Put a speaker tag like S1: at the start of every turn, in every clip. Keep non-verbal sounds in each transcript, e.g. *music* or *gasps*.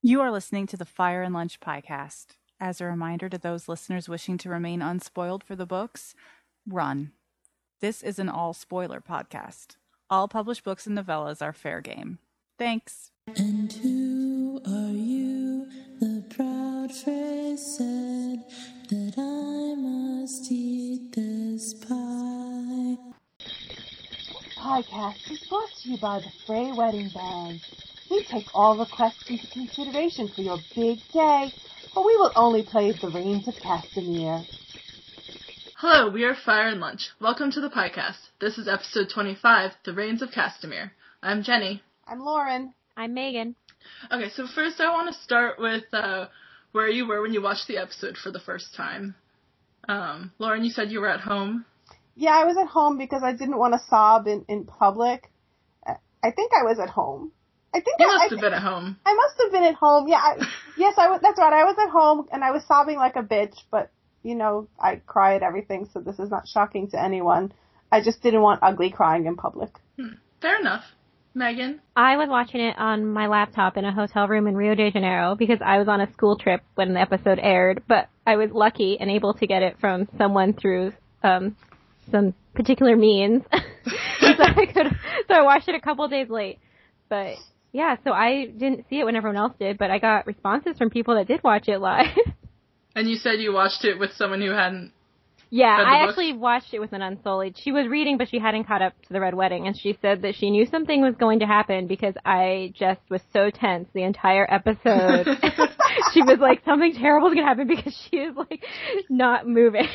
S1: You are listening to the Fire and Lunch podcast. As a reminder to those listeners wishing to remain unspoiled for the books, run. This is an all spoiler podcast. All published books and novellas are fair game. Thanks.
S2: And who are you? The proud phrase said that I must eat this pie.
S3: podcast is brought to you by the Frey Wedding Band. We take all requests into consideration for your big day, but we will only play the reigns of Castamere.
S4: Hello, we are Fire and Lunch. Welcome to the podcast. This is episode 25, The Reigns of Castamere. I'm Jenny.
S3: I'm Lauren.
S5: I'm Megan.
S4: Okay, so first I want to start with uh, where you were when you watched the episode for the first time. Um, Lauren, you said you were at home.
S3: Yeah, I was at home because I didn't want to sob in, in public. I I think I was at home. I think
S4: You
S3: I, I
S4: must have
S3: thi-
S4: been at home.
S3: I must have been at home. Yeah,
S4: *laughs*
S3: I, yes, I was. That's right. I was at home and I was sobbing like a bitch. But you know, I cry at everything, so this is not shocking to anyone. I just didn't want ugly crying in public.
S4: Fair enough. Megan?
S5: I was watching it on my laptop in a hotel room in Rio de Janeiro because I was on a school trip when the episode aired, but I was lucky and able to get it from someone through um, some particular means. *laughs* so I could, so I watched it a couple days late. But yeah, so I didn't see it when everyone else did, but I got responses from people that did watch it live. *laughs*
S4: And you said you watched it with someone who hadn't.
S5: Yeah,
S4: Read the
S5: I
S4: book?
S5: actually watched it with an unsullied. She was reading, but she hadn't caught up to the Red Wedding, and she said that she knew something was going to happen because I just was so tense the entire
S4: *laughs*
S5: episode. *laughs* she was like, "Something terrible is going to happen," because she is like not moving.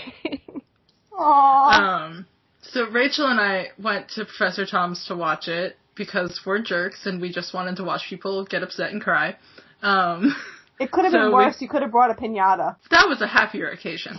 S3: Aww.
S4: Um, so Rachel and I went to Professor Tom's to watch it because we're jerks and we just wanted to watch people get upset and cry. Um, *laughs*
S3: It could have
S4: So
S3: been
S4: we-
S3: worse. You could have brought a pinata.
S4: that was a happier occasion.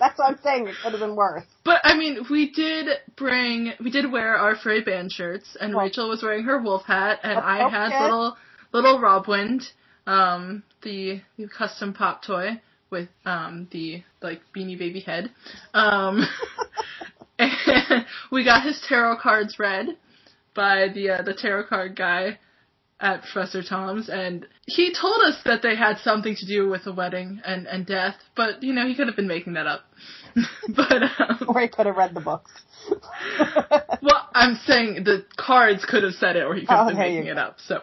S3: That's what I'm saying. It could have been worse. *laughs*
S4: But I mean, we did bring, we did wear our Frey band shirts, and
S3: Well-
S4: Rachel was wearing her wolf hat, and I
S3: Okay.
S4: had little little Robwind, um, the, the custom pop toy with um the like beanie baby head. Um, *laughs* and we got his tarot cards read by the uh, the tarot card guy at Professor Tom's, and he told us that they had something to do with the wedding and and death, but you know he could have been making that up. *laughs* but um,
S3: Or he could have read the books.
S4: well, I'm saying the cards could have said it, or he could
S3: Oh,
S4: have been
S3: there you
S4: making it
S3: go.
S4: up. So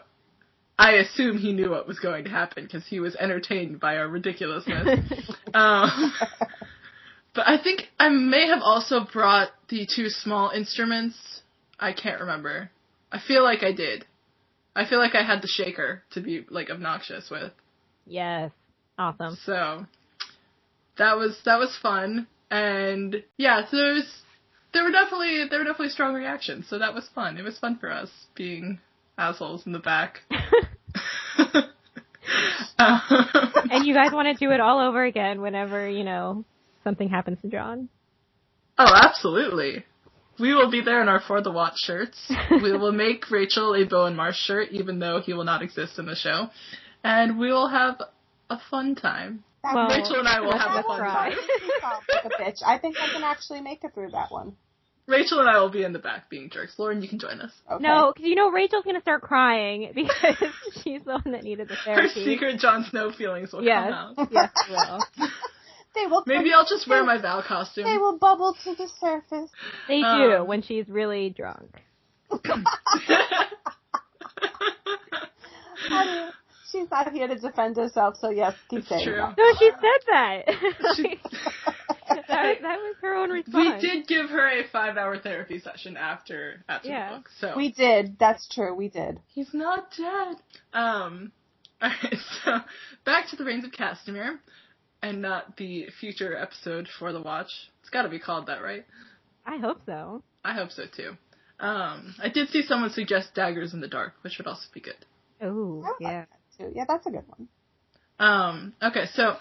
S4: I assume he knew what was going to happen because he was entertained by our ridiculousness.
S3: *laughs*
S4: um, but I think I may have also brought the two small instruments. I can't remember. I feel like I did. I feel like I had the shaker to be like obnoxious with.
S5: yes, awesome.
S4: So that was that was fun, and yeah, so there's there were definitely there were definitely strong reactions. So that was fun. It was fun for us being assholes in the back. *laughs* Um,
S5: *laughs* And you guys want to do it all over again whenever you know something happens to John.
S4: oh, absolutely. We will be there in our For the Watch shirts. We will make Rachel a Bowen Marsh shirt, even though he will not exist in the show. And we will have a fun time.
S3: Oh, That's
S4: *laughs*
S5: Well,
S4: Rachel and I will have a
S3: That
S4: fun
S3: one
S5: cry.
S4: time.
S3: time. like a bitch. I think I can actually make it through that one.
S4: Rachel and I will be in the back being jerks. Lauren, you can join us.
S3: Okay.
S5: No, because you know Rachel's going to start crying *laughs* because she's the one that needed the
S4: Her
S5: therapy.
S4: secret Jon Snow feelings will
S5: Yes.
S4: come out.
S5: Yes, she will.
S3: They will.
S4: Maybe I'll just wear my Val costume.
S3: They will bubble to the
S4: *laughs*
S3: surface.
S5: They do
S4: Um,
S5: when she's really drunk.
S3: I mean, she's not here to defend herself, so yes, keep
S4: *laughs* It's
S3: saying
S4: true.
S3: that.
S5: No, she said *laughs* that.
S4: She-
S5: that, was, that was her own
S4: we
S5: response.
S4: did give her a five-hour therapy session after after the
S5: Yeah.
S4: book, so
S3: We did. That's true. We did.
S4: he's not dead. Um, *laughs* all right, so back to the reigns of Castamere, and not the future episode for the Watch. It's got to be called that, right?
S5: I hope so.
S4: I hope so too. Um, I did see someone suggest daggers in the dark, which would also be good.
S5: Oh,
S3: I would
S5: yeah.
S3: like that too. Yeah, that's a good one.
S4: Um, okay, so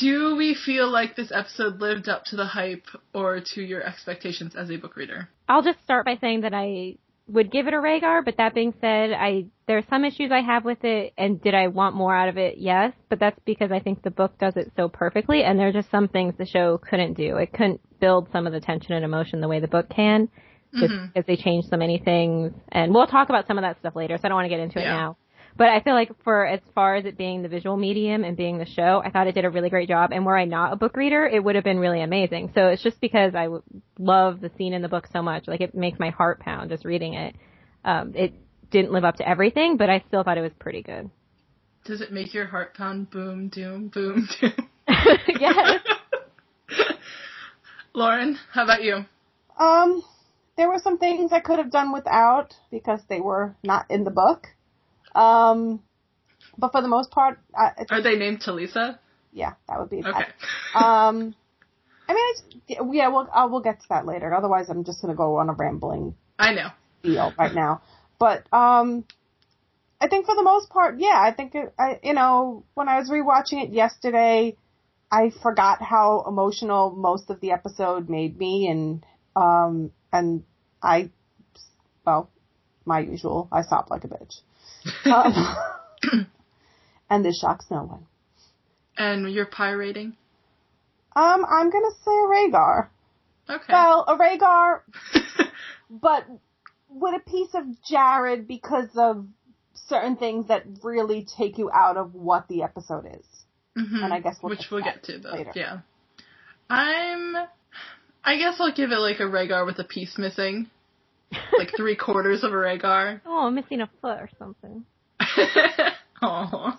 S4: do we feel like this episode lived up to the hype or to your expectations as a book reader?
S5: I'll just start by saying that I would give it a Rhaegar, but that being said, I there are some issues I have with it, and did I want more out of it? Yes, but that's because I think the book does it so perfectly, and there are just some things the show couldn't do. It couldn't build some of the tension and emotion the way the book can, just because they changed so many things. And we'll talk about some of that stuff later, so I don't want to get into it
S4: Yeah.
S5: now. But I feel like for as far as it being the visual medium and being the show, I thought it did a really great job. And were I not a book reader, it would have been really amazing. So it's just because I w- love the scene in the book so much, like it makes my heart pound just reading it. Um, it didn't live up to everything, but I still thought it was pretty good. *laughs*
S4: Does it make your heart pound? Boom, doom, boom, *laughs* doom.
S5: yes.
S4: Lauren, how about you?
S3: Um, there were some things I could have done without because they were not in the book. Um, but for the most part, I, it's,
S4: Are they named Talisa?
S3: yeah, that would be bad.
S4: Okay.
S3: Um, I mean, it's, yeah, we'll uh, we'll get to that later. Otherwise, I'm just gonna go on a rambling
S4: I know.
S3: deal right now. But um, I think for the most part, yeah, I think it, I, you know, when I was rewatching it yesterday, I forgot how emotional most of the episode made me, and um, and I, well, my usual, I sobbed like a bitch, um, *coughs* and this shocks no one.
S4: And your pirating?
S3: Um, I'm gonna say Rhaegar.
S4: Okay.
S3: Well, a Rhaegar
S4: *laughs*
S3: but with a piece of Jared because of certain things that really take you out of what the episode is.
S4: Mhm.
S3: And I guess we'll
S4: which
S3: get to
S4: we'll
S3: that
S4: get to though.
S3: later.
S4: Yeah. I'm. I guess I'll give it like a Rhaegar with a piece missing,
S3: *laughs*
S4: like three quarters of a Rhaegar. *laughs*
S5: Oh, I'm missing a foot or something.
S4: Aw.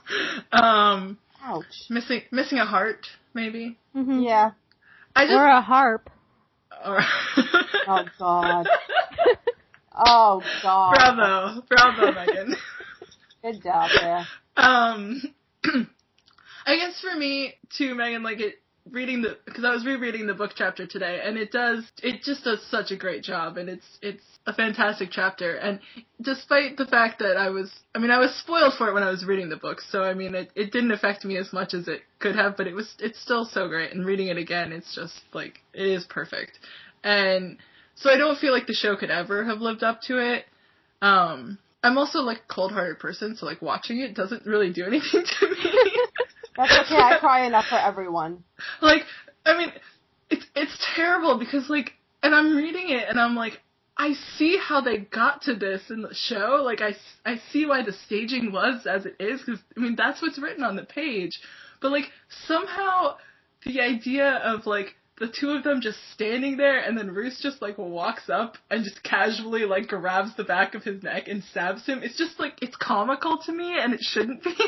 S4: Um, *laughs*
S3: Ouch.
S4: missing missing a heart maybe.
S5: Mm-hmm.
S3: Yeah.
S4: I just
S5: Or a harp.
S4: or-
S3: Oh God. Oh God.
S4: *laughs* bravo, bravo, Megan. *laughs*
S3: Good job there.
S4: Um, *clears throat* I guess for me too, Megan, like it reading the because I was rereading the book chapter today, and it does it just does such a great job, and it's it's a fantastic chapter. And despite the fact that I was, I mean, I was spoiled for it when I was reading the book, so I mean, it it didn't affect me as much as it could have, but it was it's still so great. And reading it again, it's just like it is perfect, and so I don't feel like the show could ever have lived up to it. Um, I'm also like a cold-hearted person, so like watching it doesn't really do anything to me.
S3: That's okay. I cry enough for everyone.
S4: like, I mean, it's it's terrible because like, and I'm reading it and I'm like, I see how they got to this in the show. Like, I s- I see why the staging was as it is because I mean that's what's written on the page, but like somehow the idea of like the two of them just standing there and then Roos just like walks up and just casually like grabs the back of his neck and stabs him. It's just like it's comical to me and it shouldn't be. *laughs*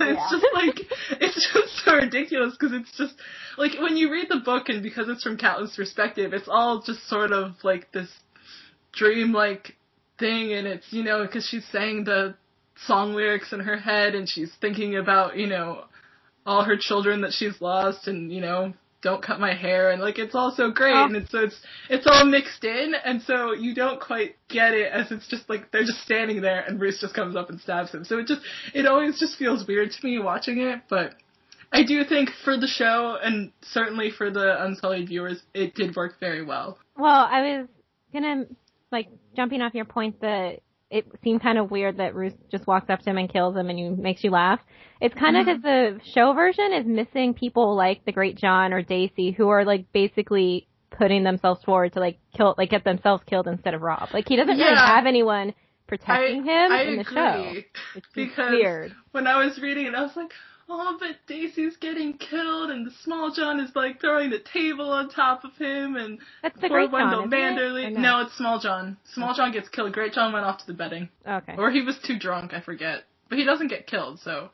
S4: it's
S3: Yeah.
S4: just like it's just so ridiculous because it's just like when you read the book and because it's from Catelyn's perspective, it's all just sort of like this dream like thing and it's you know because she's saying the song lyrics in her head and she's thinking about you know all her children that she's lost and you know don't cut my hair and like it's all so great
S5: Oh.
S4: and it's so it's it's all mixed in and so you don't quite get it as it's just like they're just standing there and Bruce just comes up and stabs him so it just it always just feels weird to me watching it but I do think for the show and certainly for the Unsullied viewers it did work very well
S5: Well, I was gonna like jumping off your point that it seemed kind of weird that Roos just walks up to him and kills him and you, makes you laugh. It's kind
S4: Mm-hmm.
S5: of because the show version is missing people like the Great John or Daisy who are like basically putting themselves forward to like kill, like get themselves killed instead of Rob. Like he doesn't really
S4: Yeah.
S5: have anyone protecting him in the show.
S4: *laughs*
S5: It's just
S4: because
S5: weird.
S4: when I was reading it, I was like, "Oh, but Daisy's getting killed, and the small John is like throwing the table on top of him, and
S5: That's the
S4: poor
S5: Great
S4: Wendell
S5: John. isn't it?
S4: Manderly."
S5: Or
S4: No, it's small John. Small John gets killed. Great John went off to the betting,
S5: Okay.
S4: or he was too drunk. I forget, but he doesn't get killed. So,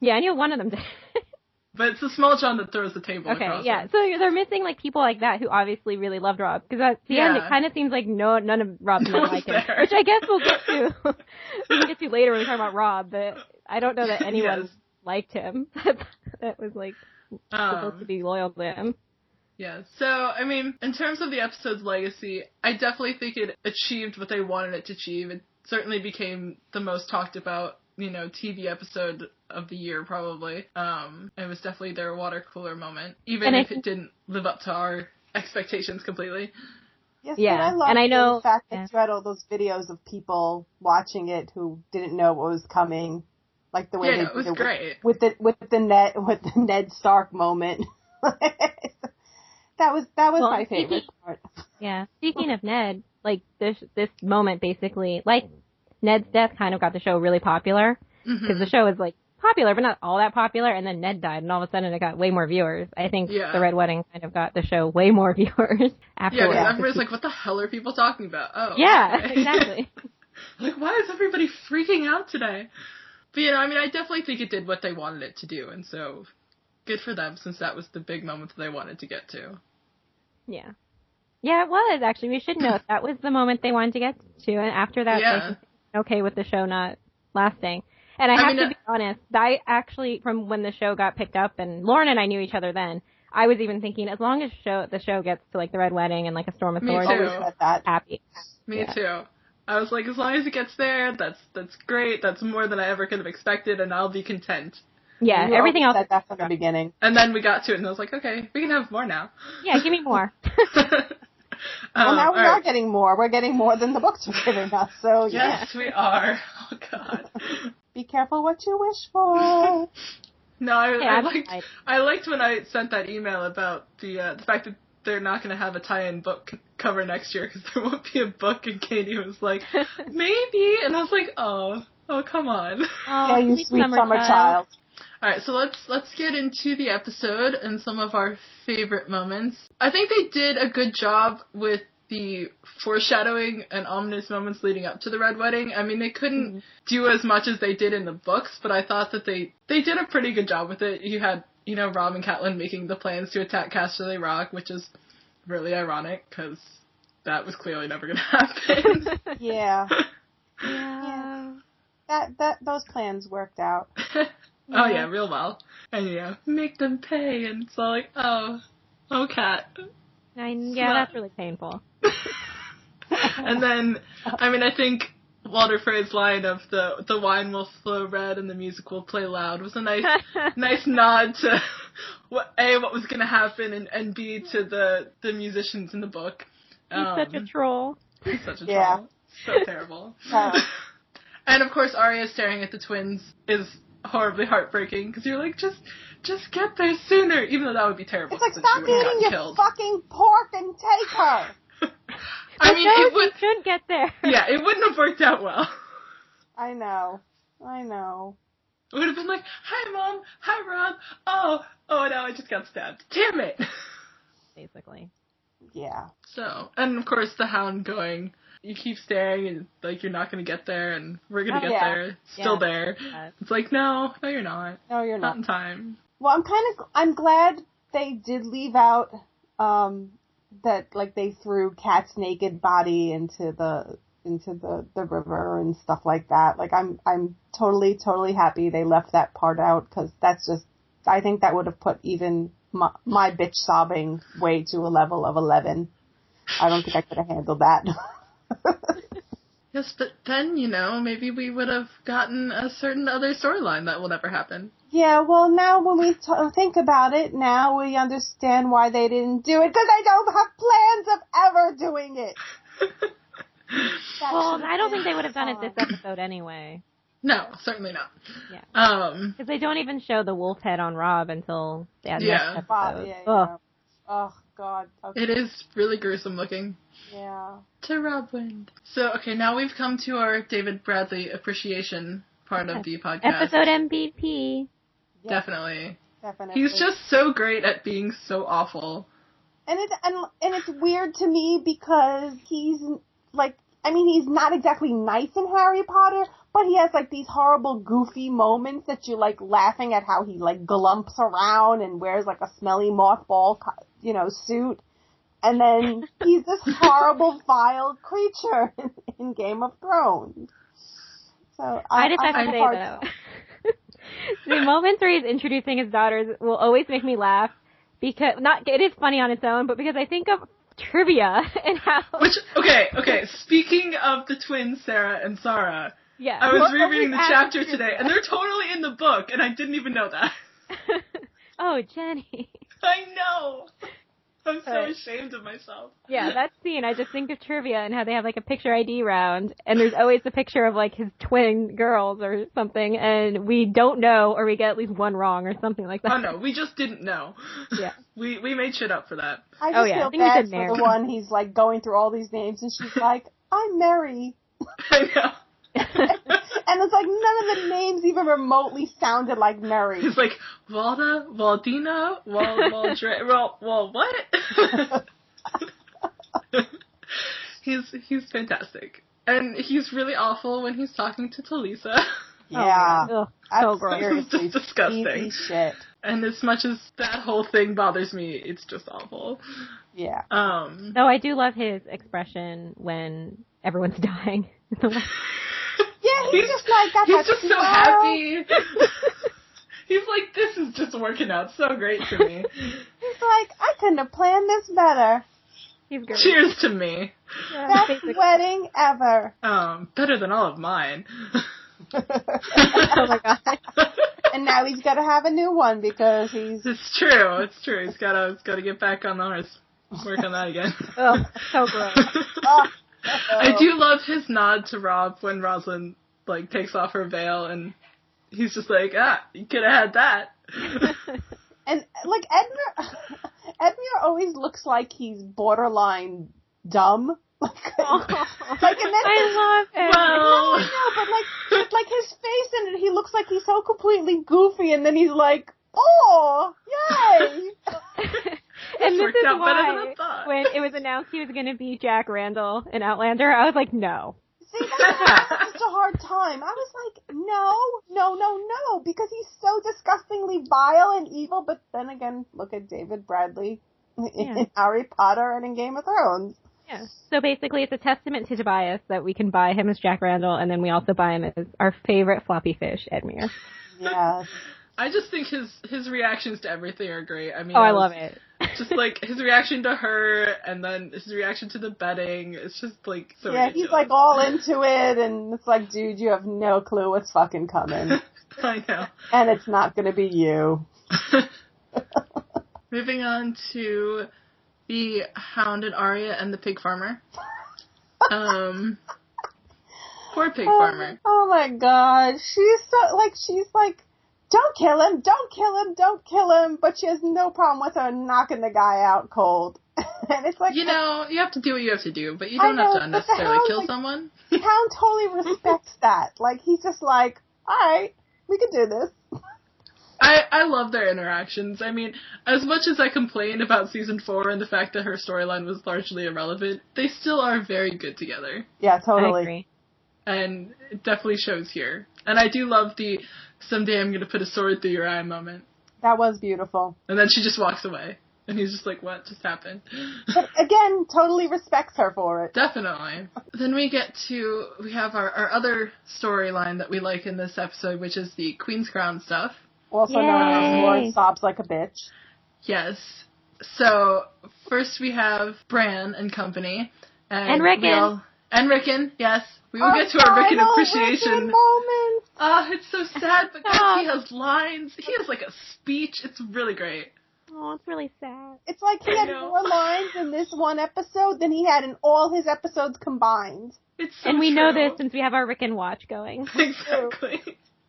S5: Yeah, I knew one of them did. *laughs*
S4: but it's the small John that throws the table.
S5: Okay,
S4: across
S5: yeah.
S4: him.
S5: So they're missing like people like that who obviously really loved Rob because at the end
S4: Yeah.
S5: it kind of seems like no, none of Rob's
S4: No
S5: men
S4: one's
S5: like him,
S4: there.
S5: which I guess we'll get
S4: *laughs*
S5: to. we can get to later when we talk about Rob, but I don't know that
S4: *laughs*
S5: anyone
S4: Yes.
S5: liked him. *laughs* that was like supposed
S4: Um,
S5: to be loyal to him.
S4: Yeah. So, I mean, in terms of the episode's legacy, I definitely think it achieved what they wanted it to achieve. It certainly became the most talked about, you know, TV episode of the year, probably. Um, it was definitely their water cooler moment, even
S5: And I
S4: if
S5: think-
S4: it didn't live up to our expectations completely.
S3: Yes,
S5: Yeah,
S3: and I love
S5: and I know-
S3: the fact that
S5: yeah.
S3: you had all those videos of people watching it who didn't know what was coming, like the way
S4: Yeah,
S3: they
S4: no, it was
S3: did with-
S4: great.
S3: with the with the net with the *laughs* Ned Stark moment. *laughs* that was that was
S5: Well,
S3: my
S5: speaking-
S3: favorite part.
S5: Yeah. Speaking of Ned, like this this moment basically, like Ned's death kind of got the show really popular because
S4: Mm-hmm.
S5: the show is like popular but not all that popular and then Ned died and all of a sudden it got way more viewers. I think
S4: Yeah.
S5: the Red Wedding kind of got the show way more *laughs* viewers
S4: Yeah,
S5: afterwards.
S4: 'cause everybody's like, what the hell are people talking about? Oh.
S5: Yeah,
S4: okay.
S5: *laughs* exactly.
S4: *laughs* like, why is everybody freaking out today? But, you know, I mean, I definitely think it did what they wanted it to do, and so good for them since that was the big moment that they wanted to get to.
S5: Yeah. Yeah, it was actually. We should note that was the moment they wanted to get to, and after that,
S4: Yeah.
S5: they were okay with the show not lasting. And I,
S4: I
S5: have
S4: mean,
S5: to
S4: uh,
S5: be honest, I actually, from when the show got picked up, and Lauren and I knew each other then. I was even thinking, as long as show the show gets to like the Red Wedding and like a Storm
S4: *laughs*
S5: of
S4: Me
S5: Swords,
S4: too.
S5: I'm
S3: Always said that.
S5: happy.
S4: Me
S5: Yeah.
S4: too. I was like, as long as it gets there, that's that's great. That's more than I ever could have expected, and I'll be content.
S5: Yeah,
S3: You
S5: everything
S3: always
S5: else.
S3: said that from the beginning.
S4: And then we got to it, and I was like, okay, we can have more now.
S5: Yeah, give me more.
S4: um,
S3: Well, now we
S4: Oh, all
S3: are
S4: right.
S3: getting more. We're getting more than the books are giving us. So yeah,
S4: Yes, we are. *laughs* Oh God.
S3: be careful what you wish
S5: *laughs*
S3: for.
S4: No, I,
S5: Yeah,
S4: I
S5: I'm
S4: liked.
S5: excited.
S4: I liked when I sent that email about the uh, the fact that they're not going to have a tie-in book c- cover next year because *laughs* there won't be a book. And Katie
S3: *laughs*
S4: was like, maybe, and I was like, oh, oh, come on.
S3: *laughs*
S5: Oh,
S3: yeah, you sweet summer, child.
S4: All right, so let's let's get into the episode and some of our favorite moments. I think they did a good job with the foreshadowing and ominous moments leading up to the red wedding. I mean, they couldn't do as much as they did in the books, but I thought that they they did a pretty good job with it. You had you know Rob and Catelyn making the plans to attack Casterly Rock, which is really ironic because that was clearly never going to *laughs* happen.
S5: *laughs*
S3: Yeah,
S5: Yeah.
S3: that that those plans worked out.
S4: Oh yeah, real well. And yeah, make them pay. And it's all like, oh, oh cat.
S5: I, yeah, that's really painful.
S4: and then, I mean, I think Walter Frey's line of the the wine will flow red and the music will play loud was a
S5: *laughs*
S4: nice nice nod to what a what was gonna happen and and b to the the musicians in the book. Um,
S5: He's
S4: Oh,
S5: such a troll.
S4: He's such a
S3: Yeah.
S4: troll. So terrible.
S3: Yeah.
S4: *laughs* and of course, Arya staring at the twins is horribly heartbreaking because you're like, just, just get there sooner. Even though that would be terrible.
S3: It's like
S4: 'cause
S3: stop
S4: she would've
S3: eating your
S4: gotten killed.
S3: fucking pork and take her.
S4: I mean,
S5: no,
S4: it would.
S5: she should get there. *laughs*
S4: Yeah, it wouldn't have worked out well.
S3: I know, I know.
S4: It would have been like, hi mom, hi Rob. Oh, oh no, I just got stabbed. Damn it. *laughs*
S5: Basically.
S3: Yeah,
S4: So, and of course, the hound going. You keep staring and like you're not gonna get there, and we're gonna
S3: Oh,
S4: get
S3: yeah.
S4: there. Still
S5: Yeah.
S4: there.
S5: Uh,
S4: It's like, no, no, you're not.
S3: no, you're
S4: Not
S3: not.
S4: in time.
S3: Well, I'm kind of I'm glad they did leave out um that like they threw Cat's naked body into the into the the river and stuff like that. Like I'm I'm totally totally happy they left that part out cuz that's just I think that would have put even my, my bitch sobbing way to a level of 11. I don't think I could have handled that. *laughs*
S4: Yes, but then, you know, maybe we would have gotten a certain other storyline that will never happen.
S3: yeah, well now when we t- think about it, now we understand why they didn't do it cuz I don't have plans of ever doing
S4: *laughs*
S3: it. That
S5: Well,
S4: Oh,
S3: should've
S5: I don't
S3: been
S5: think they would have done it this
S3: fun.
S5: episode anyway.
S4: no, certainly not.
S5: Yeah.
S4: Um,
S5: Because they don't even show the wolf head on Rob until the next
S4: Yeah.
S5: episode.
S3: Bob, yeah,
S5: Ugh.
S3: yeah. Oh God. Okay.
S4: it is really gruesome looking.
S3: Yeah.
S4: To Rob Wind. So, okay, now we've come to our David Bradley appreciation part of the podcast.
S5: Episode MVP.
S3: Yeah,
S4: Definitely.
S3: Definitely.
S4: He's just so great at being so awful.
S3: and it's and, and it's weird to me because he's like I mean he's not exactly nice in Harry Potter, but he has like these horrible goofy moments that you like laughing at how he like glumps around and wears like a smelly mothball co- you know suit. And
S5: *laughs*
S3: then he's this horrible, vile creature *laughs* in, in Game of Thrones. So I,
S5: I just have
S3: I'm
S5: to say
S3: hard-
S5: though, *laughs* the moments where he's introducing his daughters will always make me laugh because not it is funny on its own, but because I think of trivia *laughs* and
S4: *laughs*
S5: how
S4: Which, okay, okay,
S5: *laughs*
S4: speaking of the twins, Sarah and Sarah,
S5: yeah.
S4: I was
S5: Well,
S4: rereading the
S5: always ask
S4: chapter today, and they're totally in the book, and I didn't even know that. *laughs*
S5: trivia. oh, Jenny. *laughs*
S4: I know. I'm so
S5: Right.
S4: ashamed of myself.
S5: Yeah, that scene. I just think of trivia and how they have like a picture ID round, and there's always the picture of like his twin girls or something, and we don't know, or we get at least one wrong or something like that.
S4: Oh no, we just didn't know.
S5: Yeah.
S4: *laughs* We we made shit up for that. *laughs*
S3: I just
S5: Oh, yeah. I
S3: feel
S5: think we
S3: bad
S5: said
S3: for
S5: Mary.
S3: the one he's like going through all these names and she's like, I'm Mary.
S4: I know.
S3: And it's like none of the names even remotely sounded like Mary.
S4: It's like Valda, Valdina, Wal, Waldre, Wal, Wal, what? he's he's fantastic, and he's really awful when he's talking to Talisa. *laughs*
S3: Yeah.
S5: Ugh,
S3: That's
S5: so gross.
S3: seriously
S4: Just disgusting.
S3: cheesy shit.
S4: And as much as that whole thing bothers me, it's just awful.
S3: Yeah.
S4: Um,
S5: *laughs* Though I do love his expression when everyone's *laughs* dying.
S3: Yeah, he's,
S4: He's-
S3: just like got
S4: he's
S3: that
S4: just so
S3: smile.
S4: happy. he's like, this is just working out so great for me.
S3: He's like, I couldn't have planned this better.
S5: He's great.
S4: Cheers to me.
S5: Yeah, *laughs*
S3: Best
S5: basically.
S3: wedding
S5: *laughs*
S3: ever.
S4: Um, better than all of mine. *laughs*
S5: Oh my god.
S3: and now he's got to have a new one because he's
S4: It's true. It's true. He's gotta he's gotta get back on the horse. Work on that
S5: *laughs*
S4: again.
S5: Ugh, so gross.
S3: oh,
S4: I do love his nod to Rob when Rosalind like takes off her veil and he's just like, ah, you could have had
S5: *laughs*
S4: that.
S3: and like *laughs* Edmure Edmure always looks like he's borderline dumb. *laughs* Like, like and then
S5: Oh. I love it.
S3: no,
S4: well,
S3: no, but like just like his face in it, he looks like he's so completely goofy and then he's like, Oh, yay *laughs*
S5: and this
S4: worked
S5: is
S4: out better than I
S5: why
S4: thought.
S5: when it was announced he was going to be Jack Randall in Outlander, I was like, no.
S3: See, that's why I had such a hard time. I was like, no, no, no, no, because he's so disgustingly vile and evil. But then again, look at David Bradley *laughs* in
S5: Yeah.
S3: Harry Potter and in Game of Thrones.
S5: Yeah. So basically, it's a testament to Tobias that we can buy him as Jack Randall, and then we also buy him as our favorite floppy fish, Edmure.
S3: Yes.
S4: I just think his his reactions to everything are great. I mean,
S5: Oh, I
S4: it was
S5: love it.
S4: Just like his reaction to her, and then his reaction to the betting. It's just like *laughs* so.
S3: yeah, he's like
S4: ridiculous.
S3: all into it, and it's like, dude, you have no clue what's fucking coming,
S4: *laughs* I know.
S3: and it's not gonna be you.
S4: Moving on to the Hound and Arya and the Pig Farmer. Um, poor Pig Farmer.
S3: Oh my god, she's so like she's like, don't kill him, don't kill him, don't kill him. But she has no problem with her knocking the guy out cold, *laughs* and it's like
S4: You know, you have to do what you have to do, but you
S3: I
S4: don't have
S3: know,
S4: to
S3: but the
S4: unnecessarily
S3: Hound,
S4: kill
S3: like-
S4: someone.
S3: Hound totally
S4: *laughs*
S3: respects that. Like he's just like, all right, we can do this.
S4: I, I love their interactions. I mean, as much as I complain about season four and the fact that her storyline was largely irrelevant, they still are very good together.
S3: Yeah, totally.
S5: I agree.
S4: And it definitely shows here. And I do love the someday I'm gonna put a sword through your eye moment.
S3: That was beautiful.
S4: And then she just walks away. And he's just like, What just
S5: *laughs*
S4: happened?
S3: But again, totally respects her for it.
S4: Definitely. Then we get to we have our, our other storyline that we like in this episode, which is the Queen's Crown stuff.
S3: Also known as
S5: Yay.
S3: Lord sobs like a bitch.
S4: Yes. So first we have Bran and company, and,
S5: And Rickon. Oh,
S4: we all- and Rickon. Yes, we will
S3: Our
S4: get to our Rickon
S3: final Rickon
S4: appreciation.
S3: moment.
S4: Ah, it's so sad, but God, he has lines. He has like a speech. It's really great.
S5: Oh, it's really sad.
S3: It's like he
S4: I
S3: had
S4: know.
S3: more lines in this one episode than he had in all his episodes combined.
S4: It's so
S5: and we know
S4: true.
S5: this since we have our Rick and Watch going.
S4: *laughs* exactly.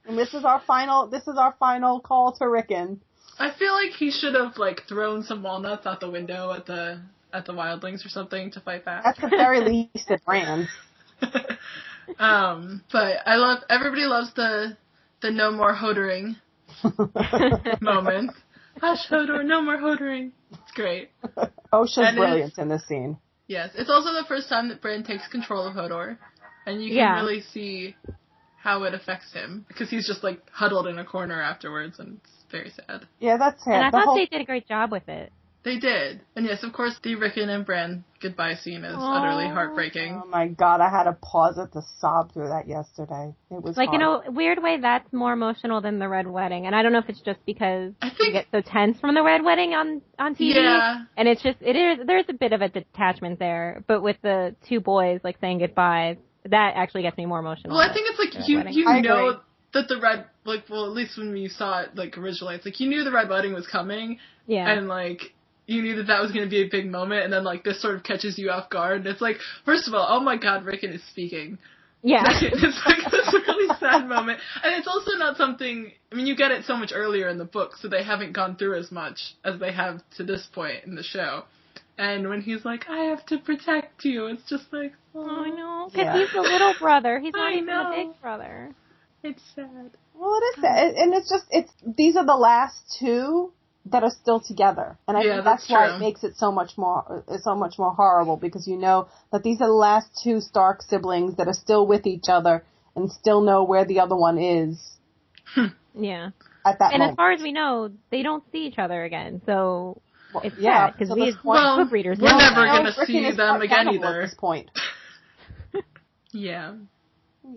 S3: And this is our final. This is our final call to Rickon.
S4: I feel like he should have like thrown some walnuts out the window at the at the wildlings or something to fight back.
S3: At the
S5: *laughs*
S3: very least, it ran.
S4: um, but I love everybody loves the the no more hodering
S5: *laughs*
S4: moment. Hush hodor, no more hodering. It's great.
S3: OSHA's
S4: That is-
S3: brilliant in this scene.
S4: Yes, it's also the first time that Bran takes control of Hodor, and you can
S5: Yeah.
S4: really see how it affects him because he's just like huddled in a corner afterwards, and it's very sad.
S3: Yeah, that's it.
S5: and
S3: the
S5: I thought
S3: whole
S5: they did a great job with it.
S4: They did, and yes, of course, the Rickon and Bran goodbye scene is utterly
S5: Aw.
S4: heartbreaking.
S3: Oh my god, I had to pause it to sob through that yesterday. It was
S5: Like
S3: hard.
S5: in a weird way, that's more emotional than the Red Wedding, and I don't know if it's just because
S4: I
S5: you
S4: think
S5: get so tense from the Red Wedding on on TV,
S4: Yeah.
S5: and it's just it is there's a bit of a detachment there. But with the two boys like saying goodbye, that actually gets me more emotional.
S4: Well, I think it's like
S5: Red
S4: you
S5: Wedding.
S4: you
S3: I
S4: know
S3: agree.
S4: that the red like well at least when you saw it like originally it's like you knew the red wedding was coming
S5: yeah,
S4: and like you knew that that was going to be a big moment and then like this sort of catches you off guard and it's like first of all oh my god Rickon is
S5: *laughs*
S4: speaking *laughs*
S5: yeah,
S4: it's like this really sad moment and it's also not something I mean you get it so much earlier in the book so they haven't gone through as much as they have to this point in the show and when he's like I have to protect you it's just like
S5: Oh, I know. Because
S3: Yeah.
S5: he's the little brother. He's not
S4: I
S5: even
S4: know.
S5: the big brother.
S4: It's sad.
S3: Well, it is that, and- and it's just it's these are the last two that are still together, and I
S4: Yeah,
S3: think
S4: that's
S3: that's, why
S4: true.
S3: it makes it so much more uh, so much more horrible because you know that these are the last two Stark siblings that are still with each other and still know where the other one is
S5: Yeah.
S3: at that
S5: And
S3: moment.
S5: as far as we know, they don't see each other again. So
S3: Well,
S5: it's
S3: yeah,
S5: sad because
S3: so
S5: we
S3: this
S5: as
S3: point-
S4: Well,
S5: book readers
S4: we're
S5: know
S4: never
S5: that.
S4: gonna
S3: Now Frickin'
S4: see
S3: Oh, is
S4: them
S3: part
S4: again
S3: cannibal
S4: either.
S3: At this
S4: *laughs*
S3: point,
S4: Yeah.
S3: yeah.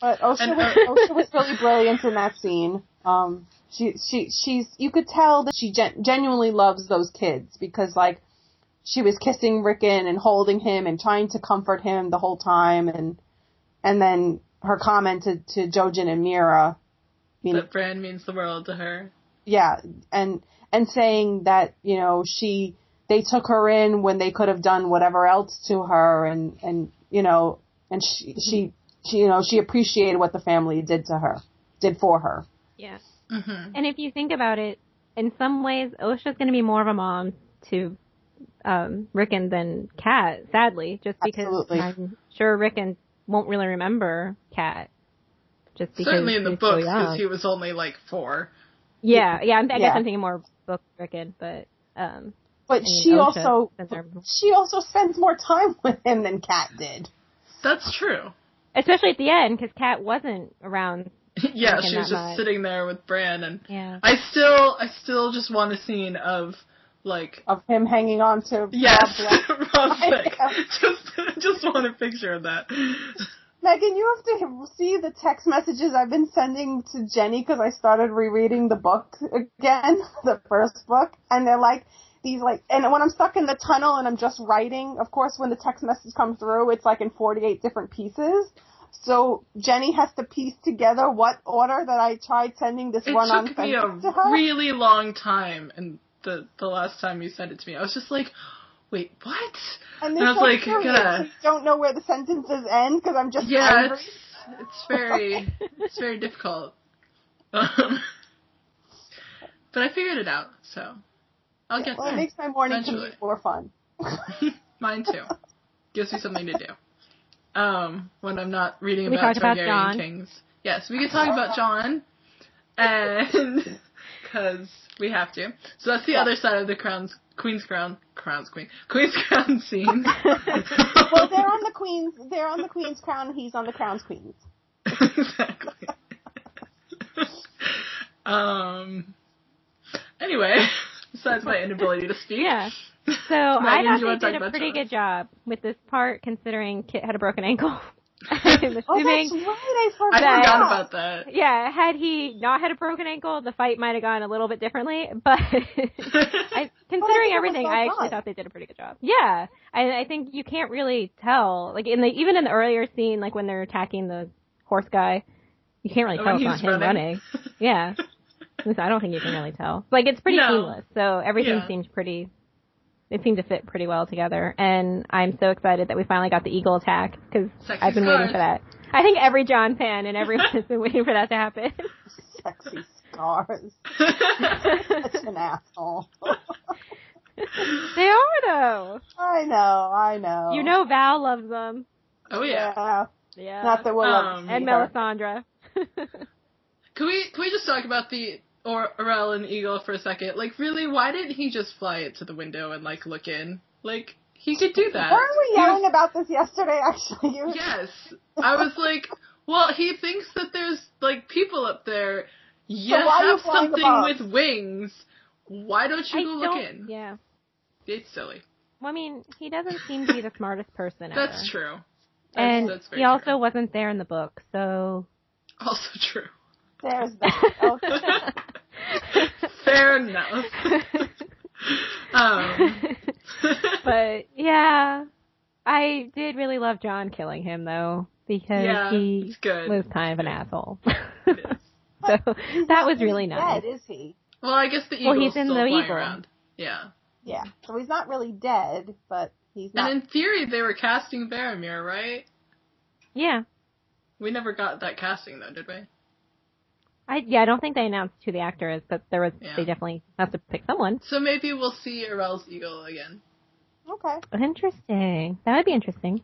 S3: But Osha,
S4: And,
S3: was,
S4: uh,
S3: Osha was really brilliant in that scene. Um, she she she's you could tell that she gen- genuinely loves those kids because like she was kissing Rickon and holding him and trying to comfort him the whole time and and then her comment to, to Jojen and Mira, you know,
S4: That brand means the world to her.
S3: yeah, and and saying that you know she they took her in when they could have done whatever else to her, and and you know, and she she, she you know she appreciated what the family did to her, did for her.
S5: Yeah.
S4: hmm
S5: And if you think about it, in some ways, Osha's going to be more of a mom to um, Rickon than Kat, sadly, just because
S3: Absolutely.
S5: I'm sure Rickon won't really remember Kat. Just because
S4: Certainly in the
S5: he's
S4: books,
S5: so
S4: because
S5: young.
S4: he was only like four.
S5: yeah, yeah. I'm, I guess
S3: Yeah.
S5: I'm thinking more book Rickon, but um,
S3: But
S5: I mean,
S3: she
S5: Osha
S3: also
S5: spends her-
S3: she also spends more time *laughs* with him than Kat did.
S4: That's
S3: *laughs*
S4: true.
S5: especially at the end, because Kat wasn't around.
S4: yeah,
S5: Thinking
S4: she was
S5: that
S4: just
S5: much.
S4: sitting there with Bran, and
S5: Yeah.
S4: I still, I still just want a scene of like,
S3: Of him hanging on to
S4: yes,
S3: Rob Black.
S4: *laughs* Rob
S3: I
S4: Vick.
S3: know.
S4: Just, just want a picture of that.
S3: Megan, you have to see the text messages I've been sending to Jenny because I started rereading the book again, *laughs* the first book, and they're like these like, and when I'm stuck in the tunnel and I'm just writing, of course, when the text message comes through, it's like in 48 different pieces. So Jenny has to piece together what order that I tried sending this
S4: It
S3: one on
S4: took me a
S3: sentence to *laughs* her.
S4: really long time, and the the last time you sent it to me, I was just like, wait, what?
S3: and
S4: I was
S3: so
S4: like,
S3: curious.
S4: yeah.
S3: I don't know where the sentences end because I'm just
S4: Yeah,
S3: angry.
S4: it's it's very it's
S3: *laughs*
S4: very difficult. Um, but I figured it out, so I'll get
S3: Well, it
S4: there.
S3: makes my morning
S4: Eventually.
S3: commute more fun.
S4: Mine too. Gives me something to do. Um, when I'm not reading
S5: Can we
S4: about
S5: talk about
S4: Targaryen
S5: Jon?
S4: kings. Yes, we can talk about John, and *laughs* because we have to. So that's the
S3: Yeah.
S4: other side of the crown's queen's crown, crown's queen, queen's crown scene.
S3: *laughs* Well, they're on the queen's. They're on the queen's crown, and he's on the crown's queen's.
S4: *laughs* exactly. um. Anyway, *laughs* besides my inability to speak. *laughs*
S5: Yeah.
S4: So
S5: So I thought they did a pretty good job with this part, considering Kit had a broken ankle. *laughs* I'm
S3: Oh,
S5: assuming
S3: that's right. I forgot.
S4: I forgot about that. *laughs*
S5: Yeah, had he not had a broken ankle, the fight might have gone a little bit differently. But *laughs* I, considering
S3: it was
S5: everything,
S3: so
S5: I actually
S3: fun.
S5: thought they did a pretty good job. Yeah, I, I think you can't really tell, like in the even in the earlier scene, like when they're attacking the horse guy, you can't really
S4: When
S5: tell it's not
S4: he's
S5: him
S4: running. *laughs*
S5: running. Yeah, At least I don't think you can really tell. Like it's pretty
S4: No.
S5: seamless, so everything
S4: Yeah.
S5: seems pretty. It seemed to fit pretty well together, and I'm so excited that we finally got the eagle attack because
S4: Sexy
S5: I've been waiting
S4: scars.
S5: for that. I think every John fan and everyone has been waiting for that
S4: *laughs*
S5: to happen.
S3: *laughs*
S5: *laughs*
S3: Sexy scars. Such an asshole.
S5: they are though.
S3: I know. I know.
S5: You know Val loves them.
S4: oh yeah.
S3: Yeah.
S5: Yeah.
S3: Not that we'll
S4: Um,
S3: um,
S4: *laughs*
S5: and Melisandre.
S4: Can we can we just talk about the or Aurel and Eagle for a second? Like, really, why didn't he just fly it to the window and like look in? Like, he could do that.
S3: Weren't we
S4: He was-
S3: yelling about this yesterday? Actually, *laughs* you.
S4: Yes. I was like, well, he thinks that there's like people up there. You
S3: So why are you
S4: have
S3: flying
S4: something
S3: above?
S4: with wings. Why don't you
S5: I
S4: go
S5: don't-
S4: look in?
S5: Yeah.
S4: It's silly.
S5: Well, I mean, he doesn't seem to be the smartest person. ever.
S4: That's true. That's,
S5: And
S4: that's very
S5: he also
S4: true.
S5: wasn't there in the book,
S4: *laughs*
S5: so
S4: also true.
S5: *laughs*
S3: There's that. Okay.
S4: Fair
S5: *laughs*
S4: enough. um,
S5: but yeah, I did really love John killing him though because
S4: Yeah,
S5: he
S4: it's good.
S5: was kind of an asshole.
S4: is.
S5: *laughs*
S4: *laughs*
S5: so
S3: He's
S5: that
S3: not
S5: was really
S3: really
S5: nice.
S3: Dead is he?
S4: well, I guess the eagle's
S5: Well, he's in
S4: still
S5: the
S4: flying
S5: eagle.
S4: around. Yeah.
S3: Yeah. So he's not really dead, but he's not.
S4: And in theory, they were casting Baromir, right?
S5: Yeah.
S4: We never got that casting though, did we?
S5: I yeah, I don't think they announced who the actor is, but there was
S4: Yeah.
S5: they definitely have to pick someone.
S4: So maybe we'll see Arel's eagle again.
S3: okay.
S5: Interesting. That would be interesting.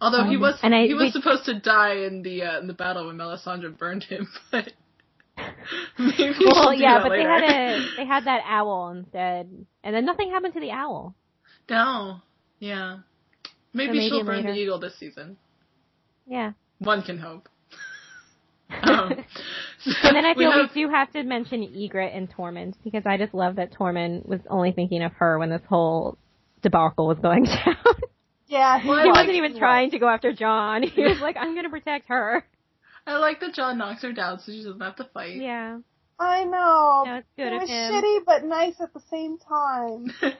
S4: Although he was
S5: Um, And I-
S4: he was
S5: we-
S4: supposed to die in the uh, in the battle when Melisandre burned him, *laughs* but
S5: *laughs*
S4: maybe
S5: Well,
S4: we'll do
S5: yeah,
S4: that
S5: but
S4: later.
S5: they had a they had that owl instead, and then nothing happened to the owl.
S4: *laughs* no, yeah, maybe,
S5: maybe
S4: she'll burn the
S5: later.
S4: eagle this season.
S5: Yeah.
S4: One can
S5: *laughs*
S4: hope. Um,
S5: And then I
S4: we
S5: feel we,
S4: have-
S5: do have to mention Egret and Tormund because I just love that Tormund was only thinking of her when this whole debacle was going *laughs* down.
S3: Yeah, he
S4: Well, I
S5: he
S4: like-
S5: wasn't even trying to go after John. *laughs* He was like, "I'm going to protect her."
S4: I like that John knocks her down so she doesn't have to fight.
S5: Yeah.
S3: I know.
S5: No, it's good
S3: it
S5: of
S3: was
S5: him.
S3: shitty but nice at the same time. *laughs*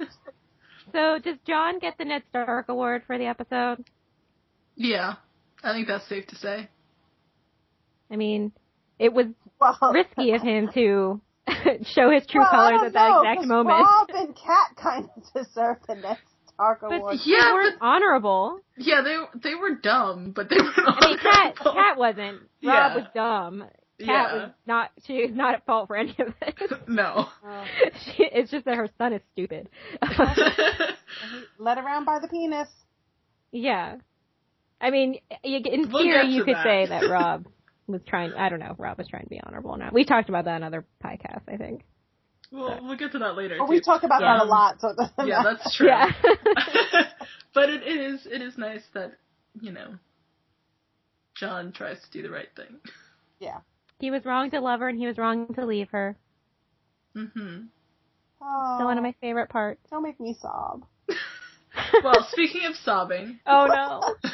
S5: So does John get the Ned Stark award for the episode?
S4: *laughs* yeah, I think that's safe to say.
S5: I mean, it was
S3: Well,
S5: risky of him to *laughs* show his true
S3: well, I
S5: colors
S3: don't
S5: at that
S3: know,
S5: exact
S3: 'cause
S5: moment.
S3: Rob
S5: *laughs*
S3: and Kat kind of deserve the next Dark Award.
S5: But
S4: Yeah,
S5: they weren't honorable.
S4: Yeah, they they were dumb, but they were
S5: I mean,
S4: *laughs*
S5: Cat,
S4: honorable.
S5: Cat wasn't. Rob
S4: Yeah.
S5: was dumb. Cat
S4: Yeah.
S5: was not. She was not at fault for any of
S4: *laughs*
S5: this.
S4: No.
S5: she, it's just that her son is
S4: *laughs*
S5: stupid. Oh.
S3: Led around by the penis.
S5: yeah. I mean, you, in
S4: We'll
S5: theory,
S4: get
S5: you
S4: to
S5: could
S4: that.
S5: say
S4: *laughs*
S5: that Rob was trying. I don't know. Rob was trying to be honorable. Now we talked about that in other podcasts. I think.
S4: *laughs* We'll, we'll get to that later.
S3: But we
S4: too.
S3: talk about that a
S4: Um,
S3: lot, so it doesn't
S4: Yeah,
S3: matter.
S4: that's true.
S5: Yeah.
S4: *laughs* but it, it is it is nice that you know John tries to do the right thing. *laughs*
S3: Yeah.
S5: he was wrong to love her, and he was wrong to leave her.
S4: hmm
S3: Oh,
S5: So one of my favorite parts.
S3: don't make me
S4: *laughs*
S3: sob.
S4: Well, speaking of sobbing,
S5: Oh *laughs* no.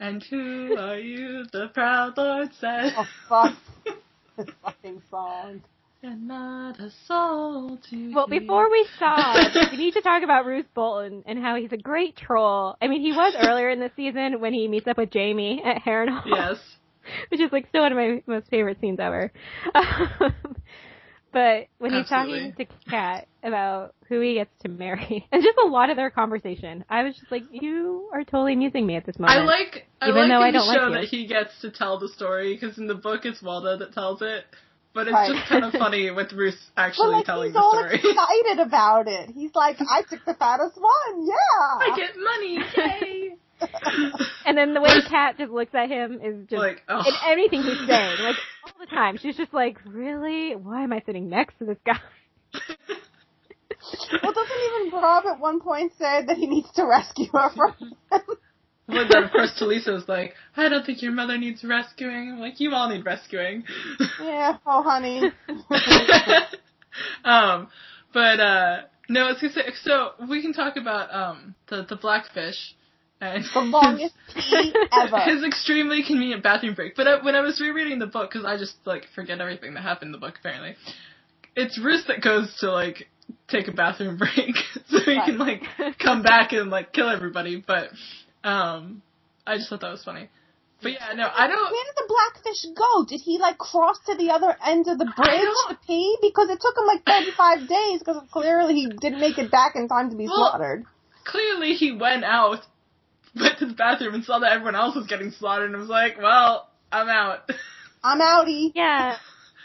S4: and who are you? The proud lord said,
S3: Oh,
S4: *laughs*
S3: fuck. this fucking song.
S4: and not a soul to.
S5: Well,
S4: hear."
S5: before we stop, we need to talk about Bruce Bolton and how he's a great troll. I mean, he was earlier in the season when he meets up with Jamie at Harrenhal,
S4: Yes.
S5: which is like still one of my most favorite scenes ever. Um, but when he's
S4: Absolutely.
S5: talking to Kat about who he gets to marry, *laughs* and just a lot of their conversation, I was just like, "You are totally amusing me at this moment."
S4: I like I
S5: Even
S4: like
S5: though
S4: in
S5: I don't
S4: the
S5: like
S4: show
S5: you.
S4: that he gets to tell the story because in the book it's Waldo that tells it, but it's
S3: Right.
S4: just
S5: *laughs*
S4: kind of funny with Bruce
S3: But
S4: actually
S3: like
S4: telling
S3: he's
S4: the
S3: all
S4: story.
S3: excited about it. He's like, I took the fattest one.
S4: *laughs* *laughs*
S3: Yeah.
S4: I get money,
S5: *laughs*
S4: yay! *laughs*
S5: and then the way
S4: Where's-
S5: Kat just looks at him is just
S4: like, oh,
S5: in anything he's saying, like all the time. She's just like, "Really? Why am I sitting next to this guy?" *laughs*
S3: Well, doesn't even Rob at one point say that he needs to rescue her
S4: *laughs*
S3: from him?
S4: Well, then of course Talisa was like, I don't think your mother needs rescuing. I'm like, you all need rescuing. *laughs*
S3: yeah. Oh, honey.
S4: *laughs* um, but uh, no, it's gonna say, so we can talk about um the the blackfish and
S3: The
S4: *laughs*
S3: longest pee ever.
S4: His extremely convenient bathroom break. But I, when I was rereading the book, because I just like forget everything that happened in the book, apparently, it's Roos that goes to like take a bathroom *laughs* break so he can like come back and like kill everybody. But um, I just thought that was funny. But yeah, no, I don't.
S3: Where did the blackfish go? Did he like cross to the other end of the bridge
S4: don't-
S3: to pee? Because it took him like 35 days because clearly he didn't make it back in time to be
S4: Well-
S3: slaughtered.
S4: Clearly, he went out, went to the bathroom, and saw that everyone else was getting slaughtered, and was like, "Well, I'm out." *laughs*
S3: I'm outie.
S5: Yeah,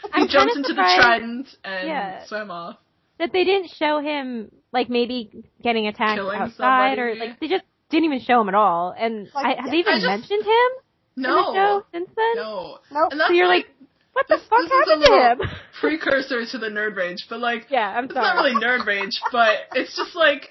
S4: He
S5: I'm
S4: jumped
S5: kinda
S4: into the
S5: surprised
S4: trident and
S5: Yeah.
S4: swam off.
S5: that they didn't show him like maybe getting attacked
S4: Killing
S5: outside or
S4: somebody.
S5: like they just didn't even show him at all. And
S3: Like,
S5: I, have they even
S4: I just-
S5: mentioned him in the show
S4: No,
S5: since then?
S4: no.
S3: Nope.
S4: And that's
S5: Oh, So you're
S4: like,
S5: like, what the
S4: this-
S5: fuck
S4: this is a
S5: happened to
S4: little-
S5: him? *laughs*
S4: precursor to the nerd rage, but like
S5: yeah, I'm
S4: it's
S5: sorry.
S4: not really nerd rage, but it's just like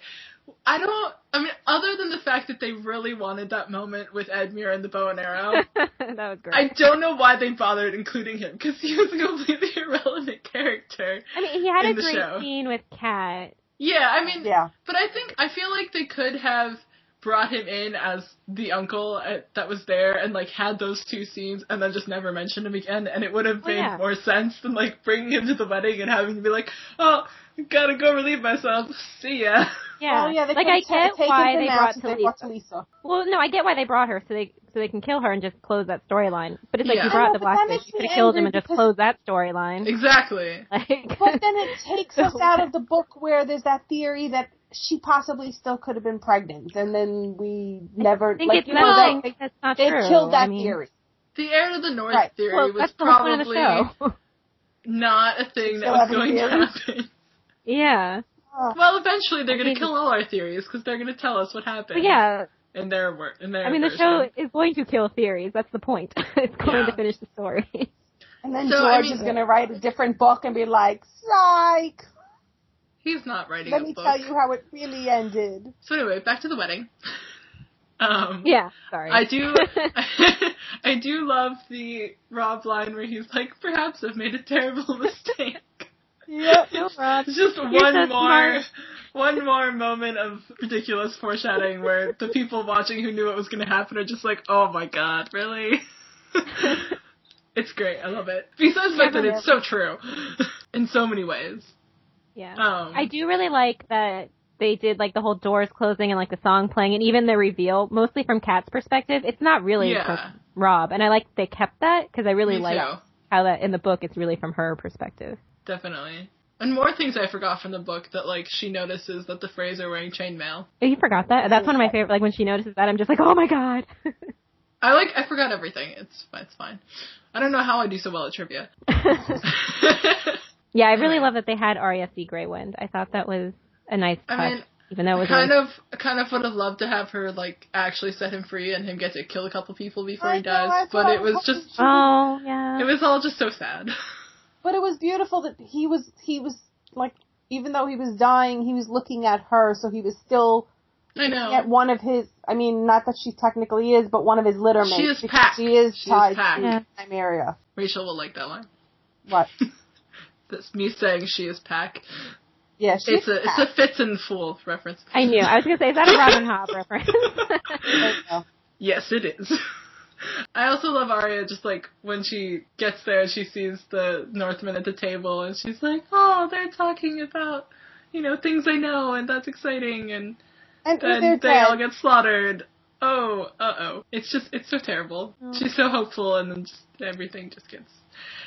S4: I don't. I mean, other than the fact that they really wanted that moment with Edmure and the bow and
S5: *laughs*
S4: arrow,
S5: that was great.
S4: I don't know why they bothered including him because he was a completely *laughs* irrelevant character.
S5: I mean, he had
S4: in
S5: a
S4: the
S5: great
S4: show.
S5: scene with Kat.
S4: Yeah, I mean,
S3: Yeah.
S4: but I think I feel like they could have brought him in as the uncle uh, that was there and like had those two scenes and then just never mentioned him again and it would have
S5: Well,
S4: made
S5: Oh, yeah.
S4: more sense than like bringing him to the wedding and having to be like oh gotta go relieve myself see ya
S5: Yeah,
S3: Oh yeah, they
S5: like
S3: could've
S5: I
S3: ta-
S5: get
S3: taken
S5: why
S3: him
S5: they
S3: out
S5: brought
S3: since they brought
S5: Talisa.
S3: Talisa.
S5: Well, no, I get why they brought her so they so they can kill her and just close that storyline. But it's like
S4: Yeah.
S5: you
S4: I
S5: brought
S3: know,
S5: the
S3: but that
S5: blackfish,
S3: makes
S5: you could
S3: me
S5: have killed him
S3: angry
S5: and just
S3: because-
S5: closed that storyline.
S4: exactly
S5: *laughs* Like,
S3: But then
S5: *laughs*
S3: it takes us out of the book where there's that theory that she possibly still could have been pregnant, and then we never
S5: I think
S3: like
S5: it's
S3: you know
S5: not
S3: they,
S5: like that's not
S3: they
S5: true.
S3: killed that
S5: I mean,
S3: theory.
S4: the heir to the north
S3: Right.
S4: theory
S5: Well,
S4: was
S5: that's the whole point of
S4: probably
S5: the show.
S4: not a thing that
S3: Still
S4: was
S3: having
S4: going to
S3: theories?
S4: happen
S5: *laughs* yeah,
S4: well eventually they're going
S5: mean-
S4: to kill all our theories because they're going to tell us what happened
S5: but yeah,
S4: in their work. In their
S5: I mean, the
S4: version.
S5: show is going to kill theories. That's the point. *laughs* it's going
S4: Yeah.
S5: to finish the story. *laughs*
S3: And then
S4: So,
S3: George
S4: I mean-
S3: is going to write a different book and be like, psych,
S4: He's not writing
S3: let
S4: a
S3: me
S4: book.
S3: tell you how it really ended.
S4: So anyway, back to the wedding. *laughs* Um,
S5: yeah, sorry.
S4: I
S5: *laughs*
S4: do, *laughs* I do love the Rob line where he's like, "Perhaps I've made a terrible *laughs* mistake."
S3: Yep.
S5: No, Rob.
S4: It's just one
S5: so
S4: more,
S5: smart.
S4: one more moment of ridiculous foreshadowing where the people watching who knew what was going to happen are just like, "Oh my god,
S5: *laughs*
S4: really?" it's great. I love it. Besides the fact that it's so true *laughs* in so many ways.
S5: Yeah.
S4: Um,
S5: I do really like that they did like the whole doors closing and like the song playing and even the reveal, mostly from Kat's perspective. It's not really
S4: Yeah.
S5: from Rob, and I like they kept that because I really
S4: Me
S5: like
S4: too.
S5: how that in the book it's really from her perspective.
S4: Definitely. And more things I forgot from the book that like she notices that the Freys are wearing chainmail.
S5: Oh, you forgot that? That's one of my favorite. Like when she notices that, I'm just like, oh my god. *laughs*
S4: I like I forgot everything. It's it's fine. I don't know how I do so well at trivia. *laughs*
S5: yeah, I really
S4: Anyway.
S5: love that they had Arya see Grey Wind. I thought that was a nice touch,
S4: I mean,
S5: even though it was
S4: kind
S5: really-
S4: of kind of would have loved to have her like actually set him free and him get to kill a couple people before
S3: I
S4: he
S3: know, I
S4: dies. But
S3: thought
S4: it was
S3: it
S4: just
S3: was-
S5: *laughs* Oh yeah.
S4: it was all just so sad. *laughs*
S3: But it was beautiful that he was, he was like, even though he was dying, he was looking at her, so he was still
S4: I know.
S3: at one of his, I mean, not that she technically is, but one of his litter
S4: She
S3: mates.
S4: is
S3: because
S4: packed.
S3: She is
S4: She is
S3: tied
S4: packed.
S3: to
S5: Yeah.
S3: Nymeria.
S4: Rachel will like that one.
S3: What?
S4: That's me saying she is pack. *laughs*
S3: Yeah, she's
S4: It's a it's
S3: packed.
S4: a fits and fool reference.
S5: I knew. I was gonna say, is that a Robin
S4: *laughs*
S5: Hobb reference? *laughs*
S3: There you go.
S4: Yes, it is. *laughs* I also love Arya just like when she gets there and she sees the Northmen at the table and she's like, "Oh, they're talking about, you know, things I know and that's exciting." *laughs* And
S3: And they're
S4: then they all
S3: dead.
S4: get slaughtered. Oh, uh-oh. It's just it's so terrible.
S3: Oh.
S4: She's so hopeful and then just everything just gets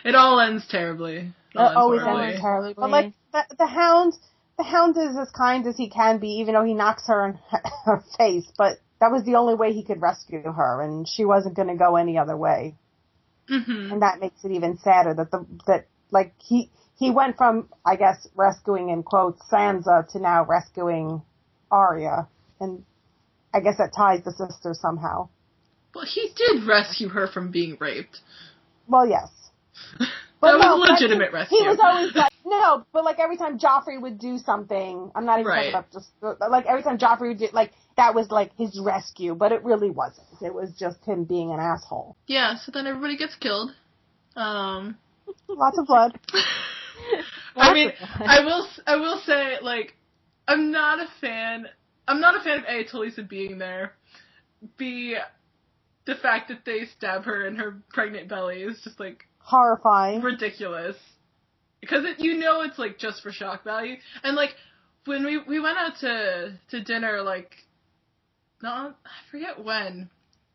S4: it all ends terribly. It all
S3: It Uh, always
S4: ends
S3: ends
S4: horribly.
S3: terribly. But like
S5: Horribly.
S3: the, the hound, the hound is as kind as he can be, even though he knocks her in *laughs* her face. But that was the only way he could rescue her, and she wasn't going to go any other way.
S4: Mhm.
S3: And that makes it even sadder that the that like he he went from I guess rescuing in quotes Sansa to now rescuing Arya, and I guess that ties the sister somehow.
S4: Well, he did rescue her from being raped.
S3: Well, yes.
S4: That was a
S3: but
S4: legitimate
S3: he,
S4: rescue.
S3: He was always like, no, but like every time Joffrey would do something, I'm not even
S4: Right.
S3: talking about just, like every time Joffrey would do, like, that was like his rescue, but it really wasn't. It was just him being an asshole.
S4: Yeah, so then everybody gets killed. Um
S3: Lots of blood.
S4: I mean, I will, s- I will say, like, I'm not a fan. I'm not a fan of a Talisa being there. B, the fact that they stab her in her pregnant belly is just like
S3: Horrifying.
S4: ridiculous. Because it, you know it's like just for shock value, and like when we we went out to to dinner, like, not I forget when